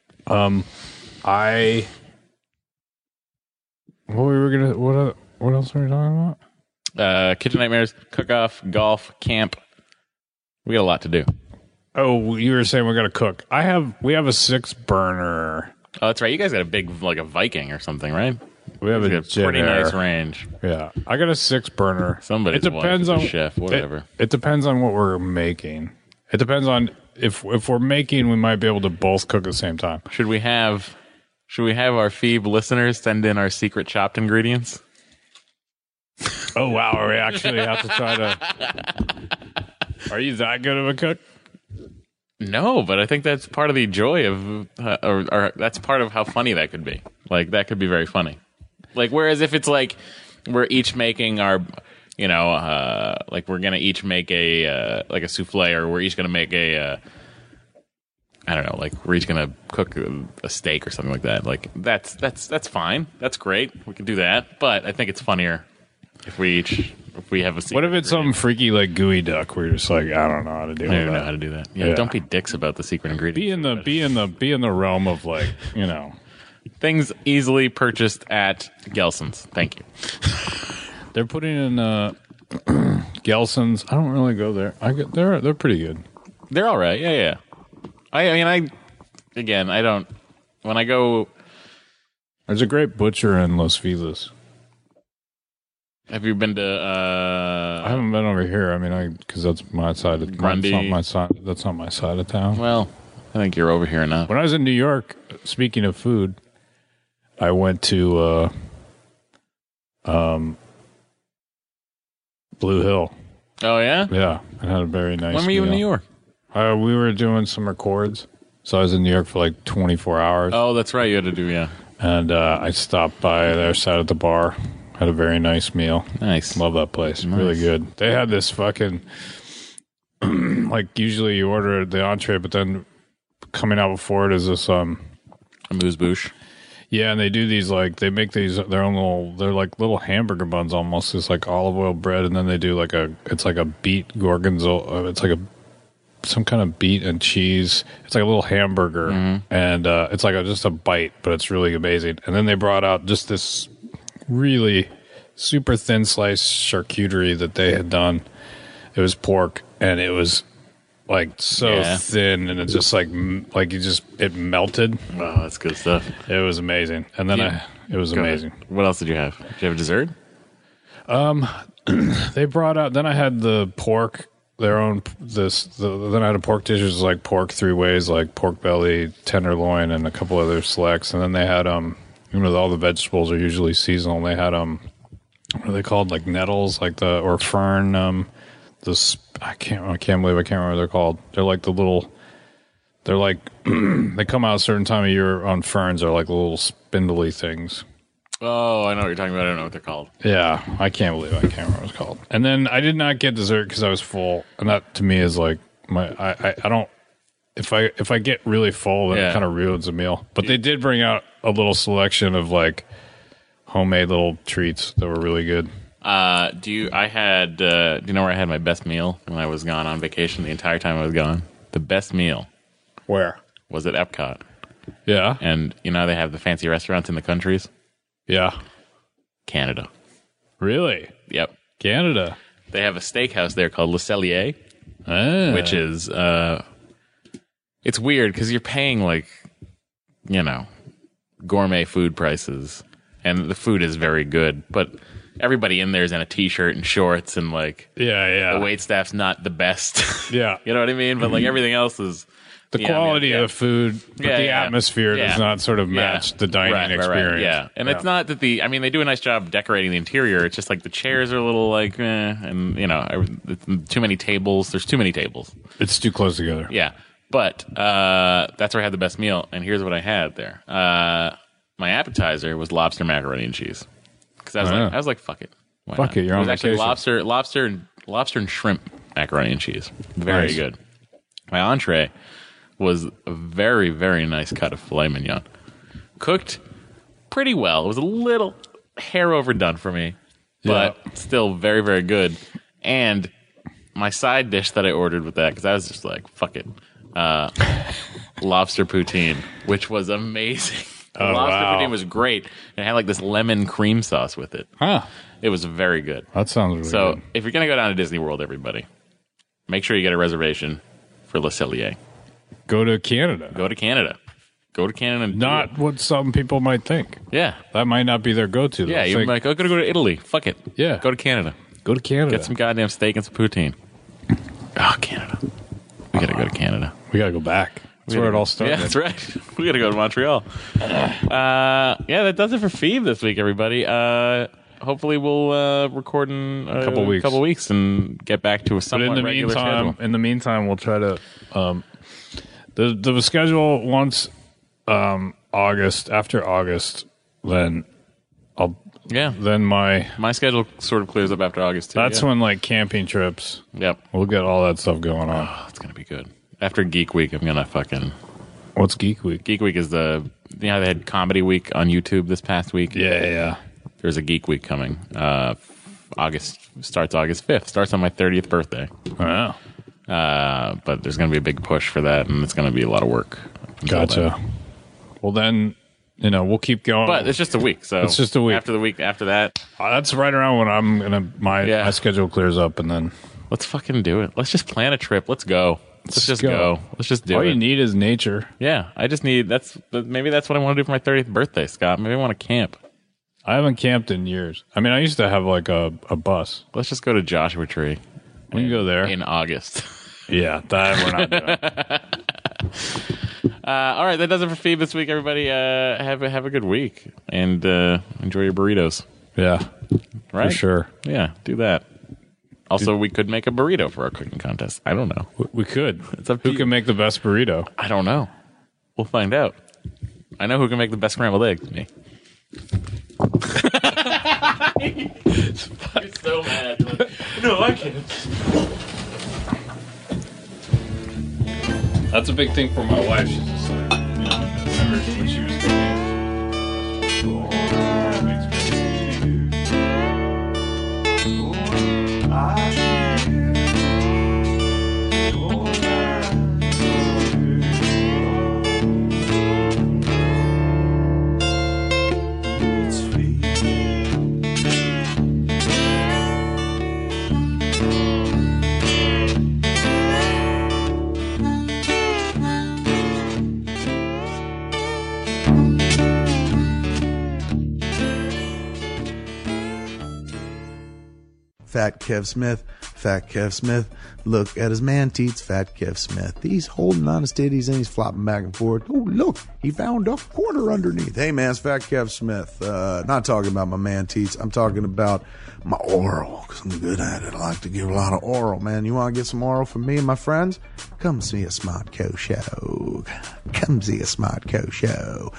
I. What we were gonna what? What else were we talking about? uh, kitchen nightmares, cook off, golf, camp. We got a lot to do. Oh, you were saying we're gonna cook. I have we have a six burner. Oh, that's right. You guys got a big, like a Viking or something, right? We have You a, got a pretty dinner. nice range. Yeah, I got a six burner. Somebody's it depends on wife is a chef, whatever. It, it depends on what we're making. It depends on if if we're making, we might be able to both cook at the same time. Should we have? Should we have our Phoebe listeners send in our secret chopped ingredients? Oh wow, we actually have to try to. Are you that good of a cook? No, but I think that's part of the joy of, uh, or, or that's part of how funny that could be. Like that could be very funny. Like whereas if it's like we're each making our, you know, uh, like we're gonna each make a uh, like a souffle, or we're each gonna make a, uh, I don't know, like we're each gonna cook a, a steak or something like that. Like that's that's that's fine. That's great. We can do that. But I think it's funnier if we each if we have a. What if it's some freaky like gooey duck? We're just like I don't know how to deal I with don't know how that. to do that. Yeah, Yeah. don't be dicks about the secret ingredient. Be in the be in the be in the realm of like you know. things easily purchased at Gelson's. Thank you. They're putting in uh, Gelson's. I don't really go there. I get, they're they're pretty good. They're all right. Yeah, yeah. I, I mean, I again, I don't. When I go, There's a great butcher in Los Feliz. have you been to? I uh haven't been over here. I mean, I because that's my side. Of, my, that's Grundy. not my side. That's not my side of town. Well, I think you're over here enough. When I was in New York, speaking of food, I went to uh, um, Blue Hill. Oh yeah. Yeah, and had a very nice. When were you in meal. New York? Uh, we were doing some records, so I was in New York for like 24 hours, Oh, that's right. You had to do yeah. and uh, I stopped by there, sat at the bar, had a very nice meal. Nice. Love that place. Really good. They had this fucking like usually you order the entree, but then coming out before it is this um Amuse bouche. yeah, and they do these like they make these their own little they're like little hamburger buns almost. It's like olive oil bread, and then they do like a it's like a beet gorgonzola. uh, It's like a some kind of beet and cheese. It's like a little hamburger, and uh, it's like a, just a bite, but it's really amazing. And then they brought out just this really super thin slice charcuterie that they had done. It was pork, and it was like so Yeah. thin, and it's just like m- like you just it melted. Wow, Oh, that's good stuff. It was amazing. And then Yeah. I, it was Go amazing. ahead. What else did you have? Did you have dessert? They brought out, then I had the pork, their own, this, the, then I had a pork dish, which was like pork three ways, like pork belly, tenderloin, and a couple other selects. And then they had, um, you know, all the vegetables are usually seasonal. They had, um, what are they called? Like nettles, like the, or fern, um, the, sp- I can't, I can't believe I can't remember what they're called. They're like the little, they're like, they come out a certain time of year on ferns. They're like little spindly things. Oh, I know what you're talking about. I don't know what they're called. Yeah, I can't believe I can't remember what it's called. And then I did not get dessert because I was full, and that to me is like my I, I, I don't if I if I get really full, then Yeah. it kind of ruins a meal. But they did bring out a little selection of like homemade little treats that were really good. Uh, do you? I had. Uh, do you know where I had my best meal when I was gone on vacation? The entire time I was gone, the best meal Where? was at Epcot, Yeah, and you know they have the fancy restaurants in the countries. yeah, Canada. really, Yep. Canada, They have a steakhouse there called Le Cellier, Ah. which is uh, it's weird because you're paying like, you know, gourmet food prices, and the food is very good, but everybody in there is in a t-shirt and shorts, and like yeah, yeah, the wait staff's not the best. Yeah. you know what I mean. But like everything else is the yeah, I mean, quality yeah. of the food, but Yeah, the yeah. atmosphere Yeah. does not sort of Yeah. match the dining Right, right, right. experience. Yeah, and it's not that the I mean they do a nice job decorating the interior. It's just like the chairs are a little like, eh, and you know, I- it's too many tables. There's too many tables. It's too close together. Yeah, but uh, that's where I had the best meal. And here's what I had there. Uh, my appetizer was lobster macaroni and cheese because I was like, Oh, yeah. I was like, fuck it, Why Fuck it, you're It was on actually vacation. lobster, lobster, and lobster and shrimp macaroni and cheese. Very Nice. good. My entree was a very very nice cut of filet mignon, cooked pretty well. It was a little hair overdone for me, but still very very good. And my side dish that I ordered with that because I was just like, fuck it, uh, lobster poutine, which was amazing. The Oh, lobster wow. poutine was great. And it had like this lemon cream sauce with it. Huh. It was very good. That sounds really So good. if you're going to go down to Disney World, everybody, make sure you get a reservation for Le Cellier. Go to Canada. Go to Canada. Go to Canada. And do Not what some people might think. it. Yeah. That might not be their go-to. Yeah. They'll You're think, like, I'm going to go to Italy. Fuck it. Yeah. Go to Canada. go to Canada. Get some goddamn steak and some poutine. Oh, Canada. We got to go to Canada. we gotta go back. That's where it all started. Yeah, that's right. We got to go to Montreal. Uh, yeah, that does it for Phoebe this week, everybody. Uh, hopefully, we'll uh, record in a Couple weeks. couple weeks and get back to a But somewhat in the regular meantime, schedule. in the meantime, we'll try to. Um, the the schedule once um, August after August, then I'll Yeah, then my my schedule sort of clears up after August too. that's yeah. when like camping trips. Yep, We'll get all that stuff going on. oh, it's gonna be good. After Geek Week, I'm gonna fucking What's Geek Week? Geek Week is the you know they had Comedy Week on YouTube this past week. Yeah, yeah. there's a Geek Week coming. Uh, August starts August 5th. Starts on my 30th birthday. Wow. Uh, but there's gonna be a big push for that, and it's gonna be a lot of work. Gotcha. Well, then you know we'll keep going. But it's just a week, so It's just a week. After the week, after that, Uh, that's right around when I'm gonna my Yeah. my schedule clears up, and then let's fucking do it. Let's just plan a trip. Let's go. Let's, just go. go. Let's just do all it. you need is nature. Yeah, I just need that's maybe that's what I want to do for my 30th birthday, Scott. Maybe I want to camp. I haven't camped in years. I mean, I used to have like a, a bus. Let's just go to Joshua Tree We can go there. in August. yeah, that we're not doing. Uh, all right, that does it for feed this week, everybody. Uh, have a, have a good week and uh, enjoy your burritos. Yeah, Right? for sure. Yeah, do that. Also, we could make a burrito for our cooking contest. I don't know. W- We could. It's up to Who you. can make the best burrito? I don't know. We'll find out. I know who can make the best scrambled eggs. Me. You're so mad. no, I can't. That's a big thing for my wife. She's just like, you know, when she was Fat Kev Smith, Fat Kev Smith. Look at his man teats, Fat Kev Smith. He's holding on his titties and he's flopping back and forth. Oh, look, he found a quarter underneath. Hey, man, it's Fat Kev Smith. Uh, not talking about my man teats. I'm talking about my oral because I'm good at it. I like to give a lot of oral, man. You want to get some oral from me and my friends? Come see a Smodco show. Come see a Smodco show.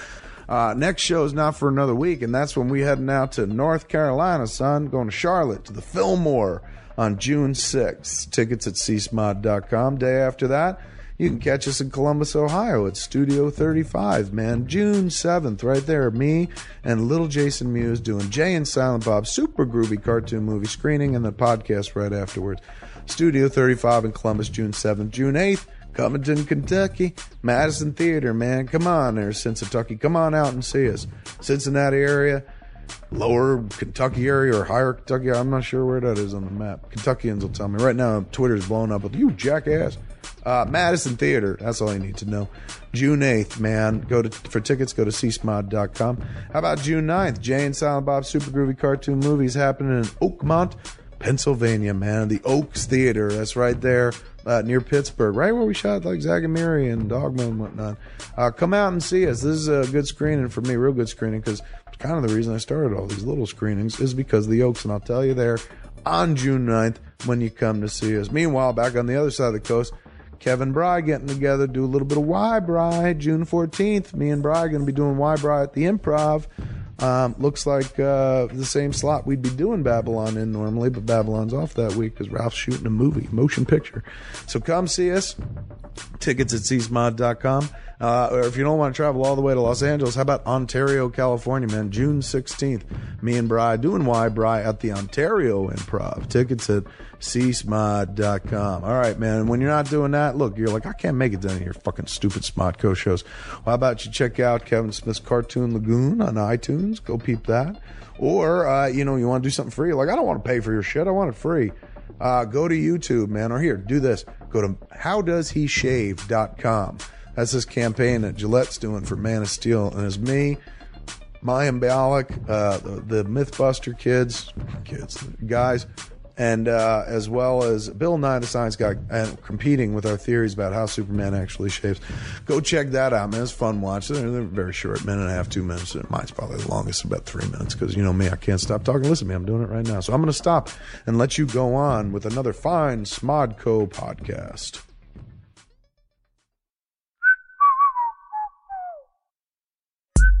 Uh, next show is not for another week, and that's when we heading out to North Carolina, son. Going to Charlotte to the Fillmore on June 6th. Tickets at csmod.com. Day after that, you can catch us in Columbus, Ohio at Studio 35, man. June 7th, right there. Me and little Jason Mewes doing Jay and Silent Bob super groovy cartoon movie screening and the podcast right afterwards. Studio 35 in Columbus, June 7th. June 8th, Covington, Kentucky, Madison Theater, man. Come on there, Cincinnati. Come on out and see us. Cincinnati area, lower Kentucky area or higher Kentucky. I'm not sure where that is on the map. Kentuckians will tell me. Right now, Twitter's blown up with you jackass. Uh, Madison Theater. That's all you need to know. June 8th, man. Go to for tickets. Go to csmod.com. How about June 9th? Jay and Silent Bob Super Groovy Cartoon Movies happening in Oakmont, Pennsylvania, man. The Oaks Theater. That's right there uh, near Pittsburgh, right where we shot like Zagamiri and Dogma and whatnot. Uh, come out and see us. This is a good screening for me, real good screening, because kind of the reason I started all these little screenings is because of the Oaks. And I'll tell you there on June 9th when you come to see us. Meanwhile, back on the other side of the coast, Kevin Bry getting together, do a little bit of Y Bry June 14th. Me and Bry are going to be doing Y Bry at the improv. Um, looks like uh, the same slot we'd be doing Babylon in normally, but Babylon's off that week because Ralph's shooting a movie, motion picture. So come see us. tickets at csmod.com. Uh, or if you don't want to travel all the way to Los Angeles, how about Ontario, California, man? June 16th. Me and Bry doing why Bry at the Ontario Improv. Tickets at csmod.com. All right, man. And when you're not doing that, look, you're like, I can't make it to any of your fucking stupid Smodco shows. Well, how about you check out Kevin Smith's Cartoon Lagoon on iTunes? Go peep that. Or, uh, you know, you want to do something free. Like, I don't want to pay for your shit. I want it free uh, go to YouTube, man, or here, do this. Go to howdoeshave.com. That's this campaign that Gillette's doing for Man of Steel. And it's me, Mayim Bialik, uh, the, the Mythbuster kids, kids, guys, and uh, as well as Bill Nye, the science guy, and competing with our theories about how Superman actually shaves. Go check that out, man. It's fun watch. They're, they're very short, minute and a half, two minutes. Mine's probably the longest, about three minutes, because you know me, I can't stop talking. Listen to me, I'm doing it right now. So I'm going to stop and let you go on with another fine Smodco podcast.